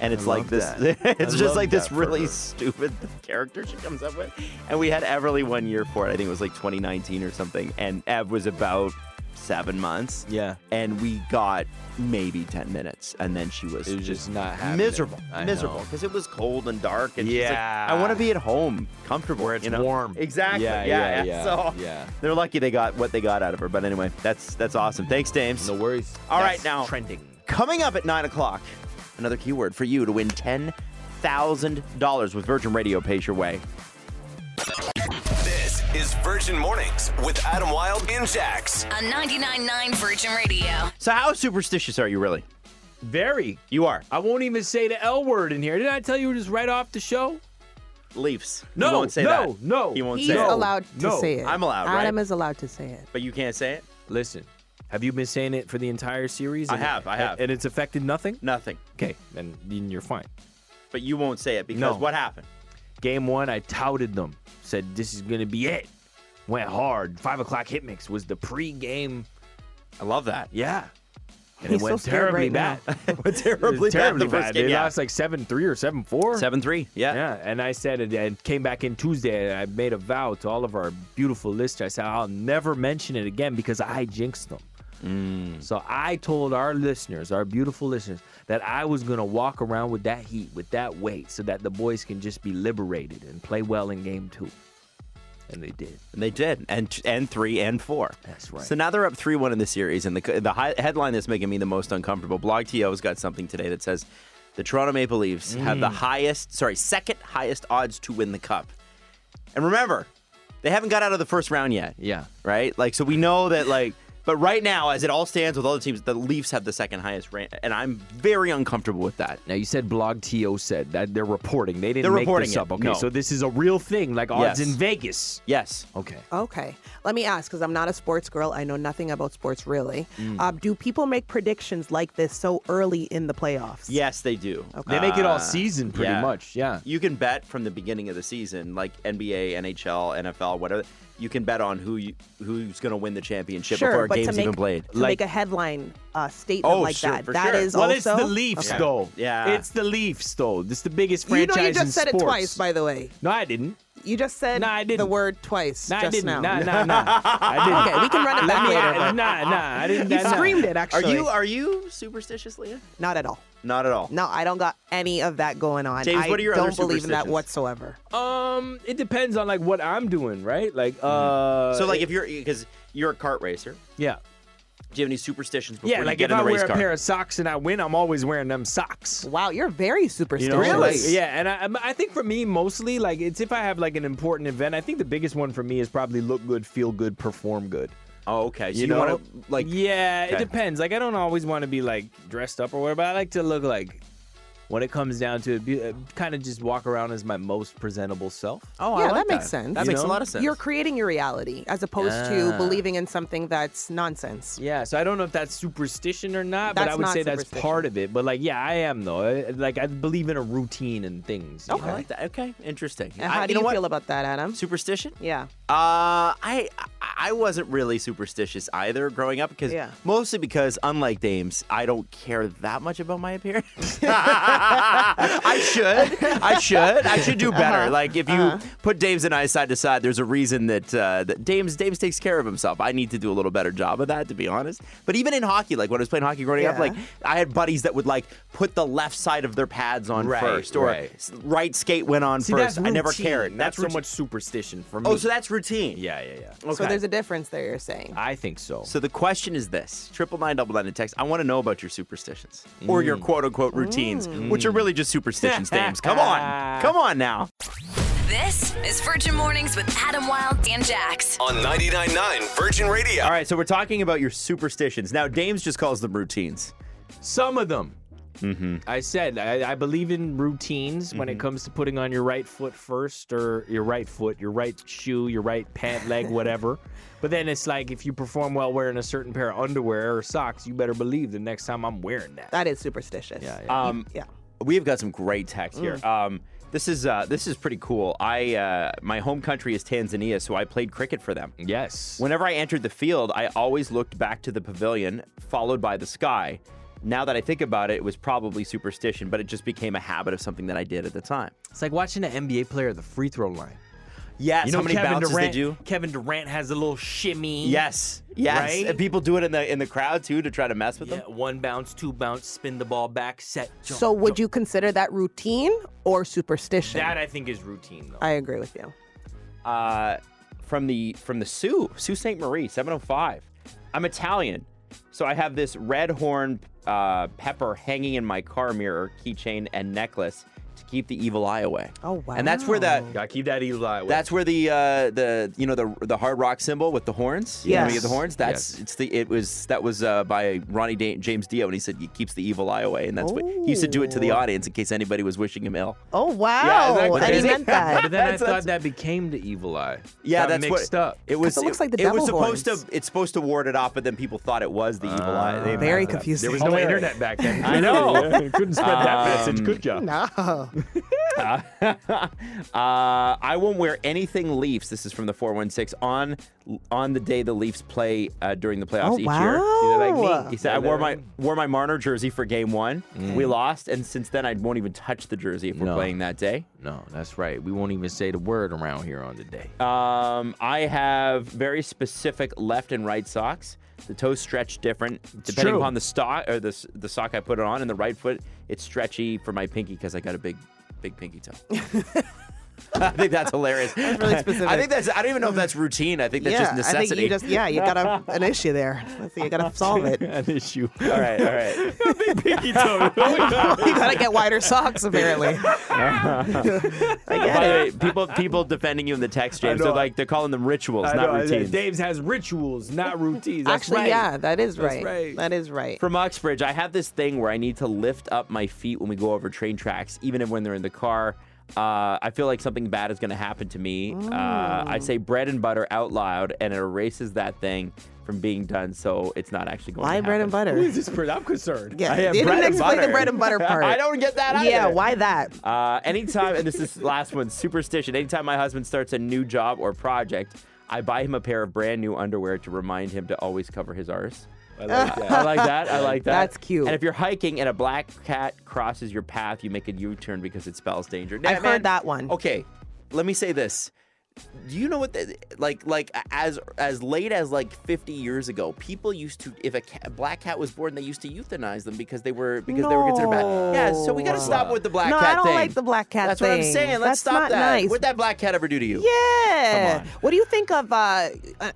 Speaker 8: And it's like
Speaker 9: love
Speaker 8: this,
Speaker 9: that. I
Speaker 8: it's
Speaker 9: love
Speaker 8: just like this
Speaker 9: that for
Speaker 8: really
Speaker 9: her.
Speaker 8: stupid character she comes up with. And we had Everly one year for it. I think it was like 2019 or something. And Ev was about seven months.
Speaker 9: Yeah.
Speaker 8: And we got maybe 10 minutes. And then she was,
Speaker 9: It was just not happening.
Speaker 8: miserable.
Speaker 9: I
Speaker 8: miserable.
Speaker 9: know.
Speaker 8: Because it was cold and dark. And she's
Speaker 9: Yeah.
Speaker 8: like, I want to be at home, comfortable.
Speaker 9: Where it's
Speaker 8: you know?
Speaker 9: warm.
Speaker 8: Exactly.
Speaker 9: Yeah, yeah,
Speaker 8: Yeah. Yeah.
Speaker 9: yeah,
Speaker 8: So
Speaker 9: yeah.
Speaker 8: they're lucky they got what they got out of her. But anyway, that's that's awesome. Thanks, James.
Speaker 9: No worries.
Speaker 8: All
Speaker 9: All
Speaker 8: right,
Speaker 9: right,
Speaker 8: now.
Speaker 9: trending.
Speaker 8: Coming up at nine o'clock, another keyword for you to win ten thousand dollars with Virgin Radio pays your way.
Speaker 5: This is Virgin Mornings with Adam Wilde and Jax.
Speaker 2: On 99.9 Virgin Radio.
Speaker 8: So how superstitious are you really?
Speaker 9: Very.
Speaker 8: You are
Speaker 9: I won't even say the L word in here. Didn't I tell you just right off the show?
Speaker 8: Leafs.
Speaker 9: No,
Speaker 8: he won't say
Speaker 9: no,
Speaker 8: that.
Speaker 9: no.
Speaker 8: He won't
Speaker 7: He's
Speaker 8: say
Speaker 9: No.
Speaker 8: it.
Speaker 7: allowed to
Speaker 9: no,
Speaker 7: say it.
Speaker 8: I'm allowed, right?
Speaker 7: Adam is allowed to say it.
Speaker 8: But you can't say it.
Speaker 9: Listen, have you been saying it for the entire series?
Speaker 8: I have, I have.
Speaker 9: And it's affected nothing?
Speaker 8: Nothing.
Speaker 9: Okay, then then you're fine.
Speaker 8: But you won't say it because
Speaker 9: No.
Speaker 8: what happened?
Speaker 9: Game one, I touted them, said this is going to be it. Went hard. Five o'clock hit mix was the pre game.
Speaker 8: I love that.
Speaker 9: Yeah. And
Speaker 7: He's
Speaker 9: it
Speaker 7: so
Speaker 9: went
Speaker 7: scared
Speaker 9: terribly
Speaker 7: right now.
Speaker 9: bad. It was terribly,
Speaker 8: the first game,
Speaker 9: dude.
Speaker 8: yeah.
Speaker 9: I was like 7 3 or 7 4.
Speaker 8: Seven three. Yeah.
Speaker 9: Yeah, and I said it and came back in Tuesday and I made a vow to all of our beautiful listeners. I said, I'll never mention it again because I jinxed them. So I told our listeners, our beautiful listeners, that I was going to walk around with that heat, with that weight, so that the boys can just be liberated and play well in game two. And they did.
Speaker 8: And they did, and and three and four.
Speaker 9: That's right.
Speaker 8: So now they're up three one in the series, and the the hi- headline that's making me the most uncomfortable. BlogTO's got something today that says the Toronto Maple Leafs have the highest, sorry, second highest odds to win the cup. And remember, they haven't got out of the first round yet.
Speaker 9: Yeah.
Speaker 8: Right. Like so, we know that like. But right now, as it all stands with all the teams, the Leafs have the second highest rank, and I'm very uncomfortable with that.
Speaker 9: Now you said blog to said that they're reporting. They didn't
Speaker 8: They're
Speaker 9: make
Speaker 8: reporting
Speaker 9: this
Speaker 8: it,
Speaker 9: up. Okay,
Speaker 8: no.
Speaker 9: so this is a real thing, like odds
Speaker 8: Yes.
Speaker 9: in Vegas.
Speaker 8: Yes.
Speaker 9: Okay.
Speaker 7: Okay. Let me ask because I'm not a sports girl. I know nothing about sports really.
Speaker 8: Mm.
Speaker 7: Uh, do people make predictions like this so early in the playoffs?
Speaker 8: Yes, they do.
Speaker 9: They make it all season pretty
Speaker 8: yeah.
Speaker 9: much. Ah. Yeah.
Speaker 8: you can bet from the beginning of the season, like NBA, NHL, NFL, whatever. You can bet on who you, who's going to win the championship
Speaker 7: Sure,
Speaker 8: before a
Speaker 7: but
Speaker 8: game's
Speaker 7: to make,
Speaker 8: even played.
Speaker 7: to make a headline uh, statement
Speaker 8: Oh,
Speaker 7: like
Speaker 8: sure,
Speaker 7: that,
Speaker 8: for
Speaker 7: that
Speaker 8: sure.
Speaker 7: is
Speaker 9: Well,
Speaker 7: also
Speaker 9: it's the Leafs,
Speaker 8: Okay.
Speaker 9: though.
Speaker 8: Yeah.
Speaker 9: It's the Leafs, though. It's the biggest
Speaker 7: You
Speaker 9: franchise
Speaker 7: know, you
Speaker 9: in
Speaker 7: just said it
Speaker 9: sports.
Speaker 7: twice, by the way.
Speaker 9: no, I didn't.
Speaker 7: You just said
Speaker 9: No, I
Speaker 7: the
Speaker 9: didn't.
Speaker 7: word twice
Speaker 9: No, I
Speaker 7: just
Speaker 9: didn't.
Speaker 7: now.
Speaker 9: Nah, nah, nah. I didn't.
Speaker 7: Okay, we can run it back later.
Speaker 9: Nah, nah, nah. I didn't.
Speaker 7: You
Speaker 9: nah, nah.
Speaker 7: screamed it,
Speaker 8: Are
Speaker 7: actually.
Speaker 8: you are you superstitious, Leah?
Speaker 7: Not at all.
Speaker 8: Not at all.
Speaker 7: No, I don't got any of that going on.
Speaker 8: James,
Speaker 7: I
Speaker 8: what are your
Speaker 7: don't
Speaker 8: other
Speaker 7: believe in that
Speaker 8: superstitions?
Speaker 7: whatsoever.
Speaker 9: Um, it depends on like what I'm doing, right? Like,
Speaker 7: Mm-hmm.
Speaker 9: uh,
Speaker 8: so like if you're because you're a cart racer,
Speaker 9: yeah,
Speaker 8: do you have any superstitions before
Speaker 9: yeah.
Speaker 8: you
Speaker 9: Like if
Speaker 8: get in
Speaker 9: I
Speaker 8: the
Speaker 9: wear
Speaker 8: race
Speaker 9: a
Speaker 8: car?
Speaker 9: pair of socks and I win, I'm always wearing them socks.
Speaker 7: Wow, you're very
Speaker 9: You
Speaker 7: superstitious.
Speaker 9: know, like,
Speaker 8: Really?
Speaker 9: yeah, and I, I'm- I think for me, mostly, like, it's if I have, like, an important event. I think the biggest one for me is probably look good, feel good, perform good.
Speaker 8: oh, okay. So
Speaker 9: You
Speaker 8: you,
Speaker 9: know?
Speaker 8: want to like
Speaker 9: yeah, it
Speaker 8: Okay.
Speaker 9: depends. Like, I don't always want to be, like, dressed up or whatever, but I like to look like, when it comes down to it, be, uh, kind of just walk around as my most presentable self.
Speaker 8: Oh, I
Speaker 7: Yeah,
Speaker 8: like
Speaker 7: that makes sense.
Speaker 8: That
Speaker 7: You
Speaker 8: makes
Speaker 9: know?
Speaker 8: a lot of sense.
Speaker 7: You're creating your reality as opposed to
Speaker 9: Ah.
Speaker 7: believing in something that's nonsense.
Speaker 9: Yeah, so I don't know if that's superstition or not, but
Speaker 7: That's
Speaker 9: I would
Speaker 7: not
Speaker 9: say that's
Speaker 7: superstition.
Speaker 9: part of it. But, like, yeah, I am, though. I, like, I believe in a routine and things. you
Speaker 7: Oh,
Speaker 8: I
Speaker 9: know?
Speaker 8: like that. Okay, interesting.
Speaker 7: And
Speaker 8: I-
Speaker 7: how do
Speaker 8: know
Speaker 7: you
Speaker 8: what?
Speaker 7: feel about that, Adam?
Speaker 8: superstition?
Speaker 7: Yeah.
Speaker 8: Uh, I I wasn't really superstitious either growing up because
Speaker 7: Yeah.
Speaker 8: mostly because unlike Dames, I don't care that much about my appearance. I should, I should, I should do better.
Speaker 9: Uh-huh.
Speaker 8: Like if you put Dames and I side to side, there's a reason that uh, that Dames Dames takes care of himself. I need to do a little better job of that, to be honest. But even in hockey, like when I was playing hockey growing up,
Speaker 7: Yeah.
Speaker 8: like I had buddies that would like put the left side of their pads on
Speaker 9: Right,
Speaker 8: first, or
Speaker 9: right.
Speaker 8: s- right skate went on
Speaker 9: See,
Speaker 8: first.
Speaker 9: that's
Speaker 8: I never
Speaker 9: routine.
Speaker 8: cared.
Speaker 9: Not so
Speaker 8: routine.
Speaker 9: much superstition for me.
Speaker 8: Oh, so that's routine.
Speaker 9: yeah, yeah, yeah.
Speaker 7: So there's a difference there, you're saying.
Speaker 9: I think so.
Speaker 8: So the question is this: triple nine double nine in text. I want to know about your superstitions or your quote unquote routines, which are really just superstitions. James, come on, come on now.
Speaker 2: This is Virgin Mornings with Adam Wilde and Jax.
Speaker 5: On 99.9 Virgin Radio.
Speaker 8: All right, so we're talking about your superstitions now. Dames just calls them routines.
Speaker 9: Some of them.
Speaker 8: Mm-hmm.
Speaker 9: I said I, I believe in routines when it comes to putting on your right foot first, or your right foot, your right shoe, your right pant leg, whatever. But then it's like if you perform well wearing a certain pair of underwear or socks, you better believe the next time I'm wearing that.
Speaker 7: that is superstitious. Uh,
Speaker 9: Yeah, yeah.
Speaker 8: Um,
Speaker 7: Yeah.
Speaker 8: we've got some great text here. Um, this is uh, this is pretty cool. I uh, my home country is Tanzania, so I played cricket for them.
Speaker 9: yes.
Speaker 8: Whenever I entered the field, I always looked back to the pavilion, followed by the sky. Now that I think about it, it was probably superstition, but it just became a habit of something that I did at the time.
Speaker 9: it's like watching an NBA player at the free throw line.
Speaker 8: Yes,
Speaker 9: You know
Speaker 8: how many
Speaker 9: Kevin
Speaker 8: bounces
Speaker 9: Durant.
Speaker 8: they do?
Speaker 9: Kevin Durant has a little shimmy.
Speaker 8: Yes, yes.
Speaker 9: Right?
Speaker 8: And people do it in the in the crowd too to try to mess with
Speaker 9: Yeah,
Speaker 8: them.
Speaker 9: one bounce, two bounce, spin the ball back, set. Jump,
Speaker 7: So would
Speaker 9: jump.
Speaker 7: you consider that routine or superstition?
Speaker 9: That I think is routine though.
Speaker 7: I agree with you.
Speaker 8: Uh, from the from the Sioux, Sault Ste. Marie, 705. I'm Italian, so I have this red horn uh, pepper hanging in my car mirror, keychain, and necklace to keep the evil eye away.
Speaker 7: Oh, wow.
Speaker 8: And that's where that
Speaker 9: Gotta keep that evil eye. away.
Speaker 8: That's where the uh, the you know the the hard rock symbol with the horns. You know, when you
Speaker 7: Yes.
Speaker 8: get the horns. That's
Speaker 9: Yes.
Speaker 8: it's the it was that was uh, by Ronnie Da- James Dio, and he said he keeps the evil eye away, and that's what he used to do it to the
Speaker 7: Ooh.
Speaker 8: audience in case anybody was wishing him ill.
Speaker 7: Oh,
Speaker 8: Yeah,
Speaker 7: wow.
Speaker 8: isn't
Speaker 7: and
Speaker 8: that
Speaker 7: he
Speaker 8: crazy?
Speaker 7: meant that.
Speaker 9: But then I
Speaker 8: That's-
Speaker 9: thought that became the evil eye.
Speaker 8: Yeah,
Speaker 9: Got
Speaker 8: that's
Speaker 9: mixed
Speaker 8: what
Speaker 9: up.
Speaker 8: it was.
Speaker 7: it looks like the
Speaker 8: it was
Speaker 7: devil
Speaker 8: supposed
Speaker 7: horns.
Speaker 8: to. It's supposed to ward it off, but then people thought it was the evil eye. They
Speaker 7: Very
Speaker 8: messed it up.
Speaker 7: confusing.
Speaker 9: There was no internet back then.
Speaker 8: I know.
Speaker 9: Um, Couldn't spread that message. Good job.
Speaker 7: No.
Speaker 8: Uh, I won't wear anything Leafs. This is from the 416 on on the day the Leafs play uh, during the playoffs
Speaker 7: Oh,
Speaker 8: each
Speaker 7: wow.
Speaker 8: year.
Speaker 7: See, they're like me.
Speaker 8: He said I wore my wore my Marner jersey for game one. We lost, and since then I won't even touch the jersey if we're
Speaker 9: No.
Speaker 8: playing that day.
Speaker 9: No, that's right. We won't even say the word around here on the day.
Speaker 8: Um, I have very specific left and right socks. The toes stretch different depending
Speaker 9: true.
Speaker 8: upon the stock or the s- the sock I put it on. And the right foot, it's stretchy for my pinky because I got a big, big pinky toe. I think that's hilarious. That's
Speaker 7: really specific.
Speaker 8: I think that's. I don't even know if that's routine. I think that's just
Speaker 7: I think
Speaker 8: necessity.
Speaker 7: you just yeah, you got a, an issue there. Let's see, you got to solve it.
Speaker 9: An issue.
Speaker 8: all right, all right.
Speaker 7: you got to get wider socks apparently. I get
Speaker 8: By the
Speaker 7: it.
Speaker 8: way, people people defending you in the text, James.
Speaker 9: know.
Speaker 8: They're like they're calling them rituals,
Speaker 9: I
Speaker 8: not
Speaker 9: know, I said,
Speaker 8: routines.
Speaker 9: uh, Dave's has rituals, not routines. That's
Speaker 7: Actually,
Speaker 9: right.
Speaker 7: yeah, that is right.
Speaker 9: right.
Speaker 7: That is right.
Speaker 8: From Oxbridge, I have this thing where I need to lift up my feet when we go over train tracks, even if when they're in the car. Uh, I feel like something bad is going to happen to me. Uh,
Speaker 7: Oh.
Speaker 8: I say bread and butter out loud, and it erases that thing from being done, so it's not actually going.
Speaker 7: why
Speaker 8: to
Speaker 7: bread and
Speaker 8: happen.
Speaker 7: butter?
Speaker 9: This is pretty- I'm concerned.
Speaker 7: Yeah,
Speaker 8: I have
Speaker 7: they
Speaker 8: bread
Speaker 7: didn't
Speaker 8: and
Speaker 7: explain
Speaker 8: butter.
Speaker 7: the bread and butter part.
Speaker 8: I don't get that. Either.
Speaker 7: Yeah, why that?
Speaker 8: Uh, anytime, and this is last one, superstition. Anytime my husband starts a new job or project, I buy him a pair of brand new underwear to remind him to always cover his arse.
Speaker 9: I like that.
Speaker 8: I like that. I like that.
Speaker 7: That's cute.
Speaker 8: And if you're hiking and a black cat crosses your path, you make a U-turn because it spells danger. Now,
Speaker 7: I've heard that one.
Speaker 8: Okay, let me say this. Do you know what? The, like, like as as late as like 50 years ago, people used to, if a, cat, a black cat was born, they used to euthanize them because they were because they were considered bad. Yeah. So we got to
Speaker 7: No.
Speaker 8: stop with the black
Speaker 7: No, I
Speaker 8: cat
Speaker 7: don't
Speaker 8: thing.
Speaker 7: like the black cat
Speaker 8: That's what I'm
Speaker 7: thing.
Speaker 8: saying. Let's
Speaker 7: That's
Speaker 8: stop
Speaker 7: not
Speaker 8: that.
Speaker 7: nice.
Speaker 8: What'd that black cat ever do to you?
Speaker 7: Yeah.
Speaker 8: Come on.
Speaker 7: What do you think of uh,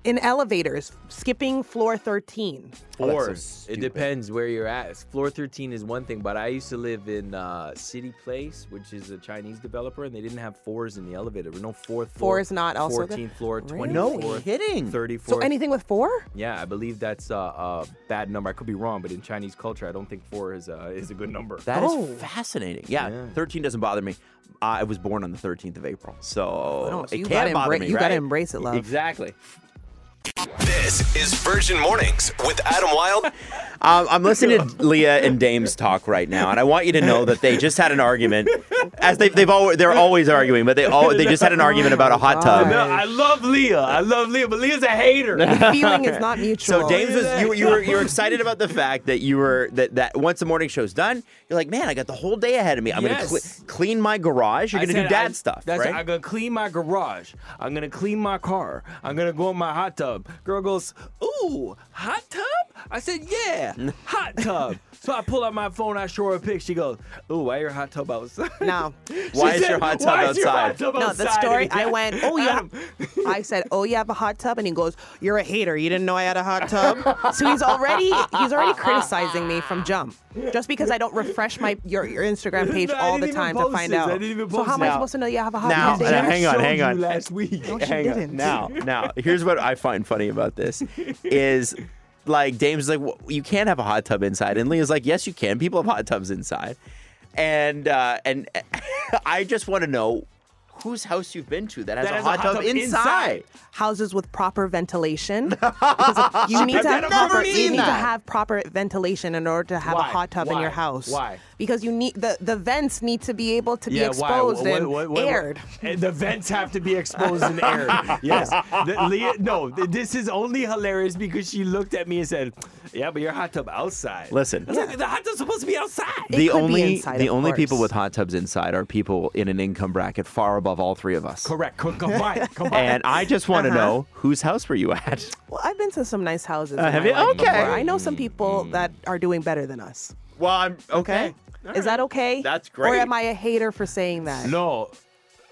Speaker 7: in elevators skipping floor 13?
Speaker 9: Or it
Speaker 8: stupid.
Speaker 9: depends where you're at. Floor 13 is one thing, but I used to live in uh, City Place, which is a Chinese developer, and they didn't have fours in the elevator. There were no fourth floor.
Speaker 7: Four is not also good?
Speaker 9: 14th floor,
Speaker 7: Really?
Speaker 9: 20th
Speaker 7: No
Speaker 9: floor,
Speaker 8: kidding.
Speaker 9: 34th.
Speaker 7: So anything with four?
Speaker 9: Yeah, I believe that's a, a bad number. I could be wrong, but in Chinese culture, I don't think four is a, is a good number.
Speaker 8: That is
Speaker 7: Oh.
Speaker 8: fascinating. Yeah,
Speaker 9: Yeah.
Speaker 8: 13 doesn't bother me. I was born on the 13th of April, so
Speaker 7: no, so
Speaker 8: it
Speaker 7: you
Speaker 8: can
Speaker 7: gotta
Speaker 8: bother
Speaker 7: embra-
Speaker 8: me.
Speaker 7: you gotta
Speaker 8: right?
Speaker 7: embrace it, love.
Speaker 8: Exactly.
Speaker 5: This is Virgin Mornings with Adam Wilde.
Speaker 8: Um, I'm listening to Leah and Dame's talk right now, and I want you to know that they just had an argument. As they, they've always, they're always arguing, but they all they just had an argument about a hot
Speaker 7: Oh God.
Speaker 8: tub.
Speaker 9: No, I love Leah. I love Leah, but Leah's a hater.
Speaker 7: Feeling is not mutual.
Speaker 8: So Dames was you, you were you were excited about the fact that you were that that once the morning show's done, you're like, man, I got the whole day ahead of me. I'm gonna
Speaker 9: Yes.
Speaker 8: cle- clean my garage. You're
Speaker 9: I
Speaker 8: gonna do
Speaker 9: said
Speaker 8: dad
Speaker 9: I-
Speaker 8: stuff,
Speaker 9: That's
Speaker 8: right?
Speaker 9: I'm gonna clean my garage. I'm gonna clean my car. I'm gonna go in my hot tub. Girl goes, ooh, hot tub? I said, yeah, hot tub. so I pull out my phone. I show her a pic. She goes, ooh, why your hot tub outside?
Speaker 7: no.
Speaker 8: Why
Speaker 9: She
Speaker 8: is your hot tub
Speaker 9: "Why is your
Speaker 8: outside?"
Speaker 9: hot tub
Speaker 7: No,
Speaker 9: outside?"
Speaker 7: the story.
Speaker 9: And
Speaker 7: I went. Oh, you.
Speaker 9: Adam.
Speaker 7: Have, I said, oh, you have a hot tub, and he goes, "You're a hater. You didn't know I had a hot tub." so he's already he's already criticizing me from jump, just because I don't refresh my your, your Instagram page
Speaker 9: No, I
Speaker 7: all the
Speaker 9: didn't even
Speaker 7: time to
Speaker 9: post
Speaker 7: find
Speaker 9: this.
Speaker 7: out.
Speaker 9: I didn't even
Speaker 7: so
Speaker 9: post
Speaker 7: how am I
Speaker 9: this.
Speaker 7: supposed to know you have a hot
Speaker 8: Now-
Speaker 7: tub?
Speaker 8: now,
Speaker 7: David?
Speaker 8: hang on,
Speaker 9: showed
Speaker 8: hang
Speaker 9: you
Speaker 8: on.
Speaker 9: Last week.
Speaker 7: No, she didn't.
Speaker 8: now, now, here's what I find funny about this is like Dame's like "Wha- you can't have a hot tub inside, and Leah's like yes you can. People have hot tubs inside, and uh, and I just want to know whose house you've been to that has,
Speaker 9: That
Speaker 8: a,
Speaker 9: has
Speaker 8: hot tub, inside.
Speaker 7: Houses with proper ventilation. Because of- you need to have
Speaker 9: never
Speaker 7: proper,
Speaker 9: seen
Speaker 7: you need to
Speaker 9: that.
Speaker 7: have proper ventilation in order to have
Speaker 9: Why?
Speaker 7: a hot tub in
Speaker 9: Why?
Speaker 7: your house.
Speaker 9: Why?
Speaker 7: Because you need the, the vents need to be able to be
Speaker 9: why? Wha-
Speaker 7: exposed and
Speaker 9: what- what- what-
Speaker 7: aired.
Speaker 9: And the vents have to be exposed and aired. Yes. The- Leah, no, th- this is only hilarious because she looked at me and said, "Yeah, but your hot tub outside."
Speaker 8: Listen.
Speaker 9: I was like, the hot tub's supposed to be outside.
Speaker 7: It
Speaker 8: the
Speaker 7: could be
Speaker 8: only
Speaker 7: inside,
Speaker 8: the
Speaker 7: of
Speaker 8: only people
Speaker 7: course.
Speaker 8: with hot tubs inside are people in an income bracket far above all three of us.
Speaker 9: Correct. Co- Combine. Combine.
Speaker 8: And I just want
Speaker 7: Uh-huh.
Speaker 8: to know whose house were you at?
Speaker 7: Well, I've been to some nice houses. in
Speaker 8: Uh, have
Speaker 7: my
Speaker 8: you?
Speaker 7: life
Speaker 8: Okay.
Speaker 7: before. I know some people
Speaker 9: Mm.
Speaker 7: that are doing better than us.
Speaker 8: Well, I'm okay.
Speaker 7: Is that okay?
Speaker 8: That's
Speaker 7: Or
Speaker 8: great.
Speaker 7: am I a hater for saying that?
Speaker 9: no.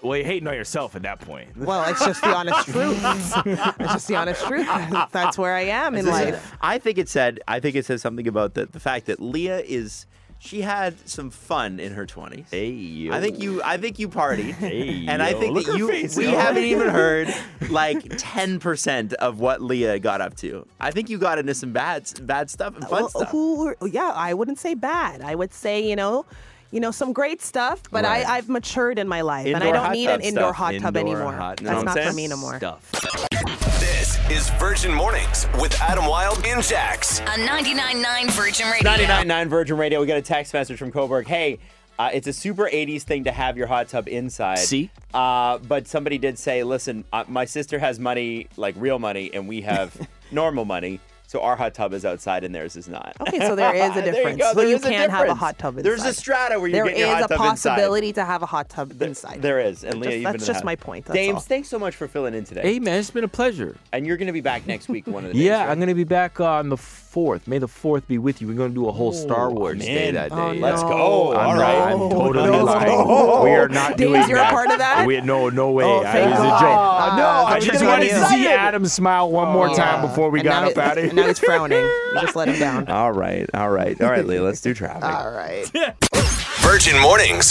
Speaker 9: Well, you're hating on yourself at that point.
Speaker 7: Well, it's just the honest truth. it's just the honest truth. That's where I am in
Speaker 8: Listen,
Speaker 7: life.
Speaker 8: I think it said. I think it says something about the the fact that Leah is. She had some fun in her twenties. I think you. I think you partied, and I
Speaker 9: yo,
Speaker 8: think
Speaker 9: look
Speaker 8: that
Speaker 9: her
Speaker 8: you.
Speaker 9: face,
Speaker 8: we
Speaker 9: yo.
Speaker 8: haven't even heard like ten percent of what Leah got up to. I think you got into some bad bad stuff and fun
Speaker 7: Well,
Speaker 8: stuff.
Speaker 7: who were- oh, yeah, I wouldn't say bad. I would say, you know, you know, some great stuff, but
Speaker 8: Right.
Speaker 7: I, I've matured in my life and I
Speaker 8: Indoor
Speaker 7: don't
Speaker 8: hot
Speaker 7: need
Speaker 8: tub
Speaker 7: an indoor
Speaker 8: stuff.
Speaker 7: hot tub
Speaker 9: Indoor
Speaker 7: anymore.
Speaker 9: hot
Speaker 7: That's
Speaker 9: tub
Speaker 7: not for me
Speaker 8: nonsense
Speaker 7: anymore.
Speaker 9: Stuff.
Speaker 5: This is Virgin Mornings with Adam Wilde and Jax.
Speaker 2: On 99.9 Virgin Radio.
Speaker 8: 99.9 Virgin Radio. We got a text message from Coburg. Hey, Uh, it's a super 80s thing to have your hot tub inside.
Speaker 1: See?
Speaker 8: Uh, but somebody did say, listen, uh, my sister has money, like real money, and we have normal money. So our hot tub is outside and theirs is not. Uh,
Speaker 7: Okay, so there is Oh, a
Speaker 8: There you
Speaker 7: difference.
Speaker 8: go,
Speaker 7: Where
Speaker 8: there
Speaker 7: you
Speaker 8: is a
Speaker 7: can have a
Speaker 8: difference.
Speaker 7: hot tub inside.
Speaker 8: There's a strata where you
Speaker 7: There
Speaker 8: get your
Speaker 7: is
Speaker 8: hot
Speaker 7: a
Speaker 8: tub
Speaker 7: possibility to have a hot tub
Speaker 8: inside.
Speaker 7: inside.
Speaker 8: There is, and Leah,
Speaker 7: Just-
Speaker 8: you've
Speaker 7: that's
Speaker 8: been to
Speaker 7: just
Speaker 8: that.
Speaker 7: my point, that's
Speaker 8: Dames,
Speaker 7: all.
Speaker 8: thanks so much for filling in today,
Speaker 9: Hey, man, it's been a pleasure.
Speaker 8: and you're going to be back next week one of the days.
Speaker 9: Yeah,
Speaker 8: right?
Speaker 9: I'm gonna be back on the fourth. May the fourth be with you. We're gonna do a whole Star Wars day
Speaker 8: man.
Speaker 9: that day.
Speaker 7: Oh,
Speaker 8: Let's
Speaker 7: No.
Speaker 8: go.
Speaker 7: Oh,
Speaker 8: All
Speaker 9: I'm,
Speaker 8: right.
Speaker 9: right. I'm totally lying. We are not
Speaker 7: Dames,
Speaker 9: doing
Speaker 7: you're a
Speaker 9: that.
Speaker 7: part of that?
Speaker 9: We, no, no way.
Speaker 7: Oh,
Speaker 9: I-
Speaker 7: thank
Speaker 9: it was a
Speaker 7: God.
Speaker 9: joke.
Speaker 7: Ah,
Speaker 8: No, I
Speaker 7: thought
Speaker 9: I
Speaker 7: we
Speaker 8: was
Speaker 9: just
Speaker 7: could've
Speaker 8: gonna
Speaker 9: wanted
Speaker 7: got
Speaker 8: get
Speaker 9: to
Speaker 7: you.
Speaker 9: see Adam smile one more
Speaker 7: Oh, Yeah.
Speaker 9: time before we
Speaker 7: And
Speaker 9: got
Speaker 7: now
Speaker 9: up out of
Speaker 7: it-
Speaker 9: here.
Speaker 7: Now he's frowning. You just let him down.
Speaker 8: All right, all right, all right, Leah. Let's do traffic.
Speaker 7: All right.
Speaker 5: Virgin Mornings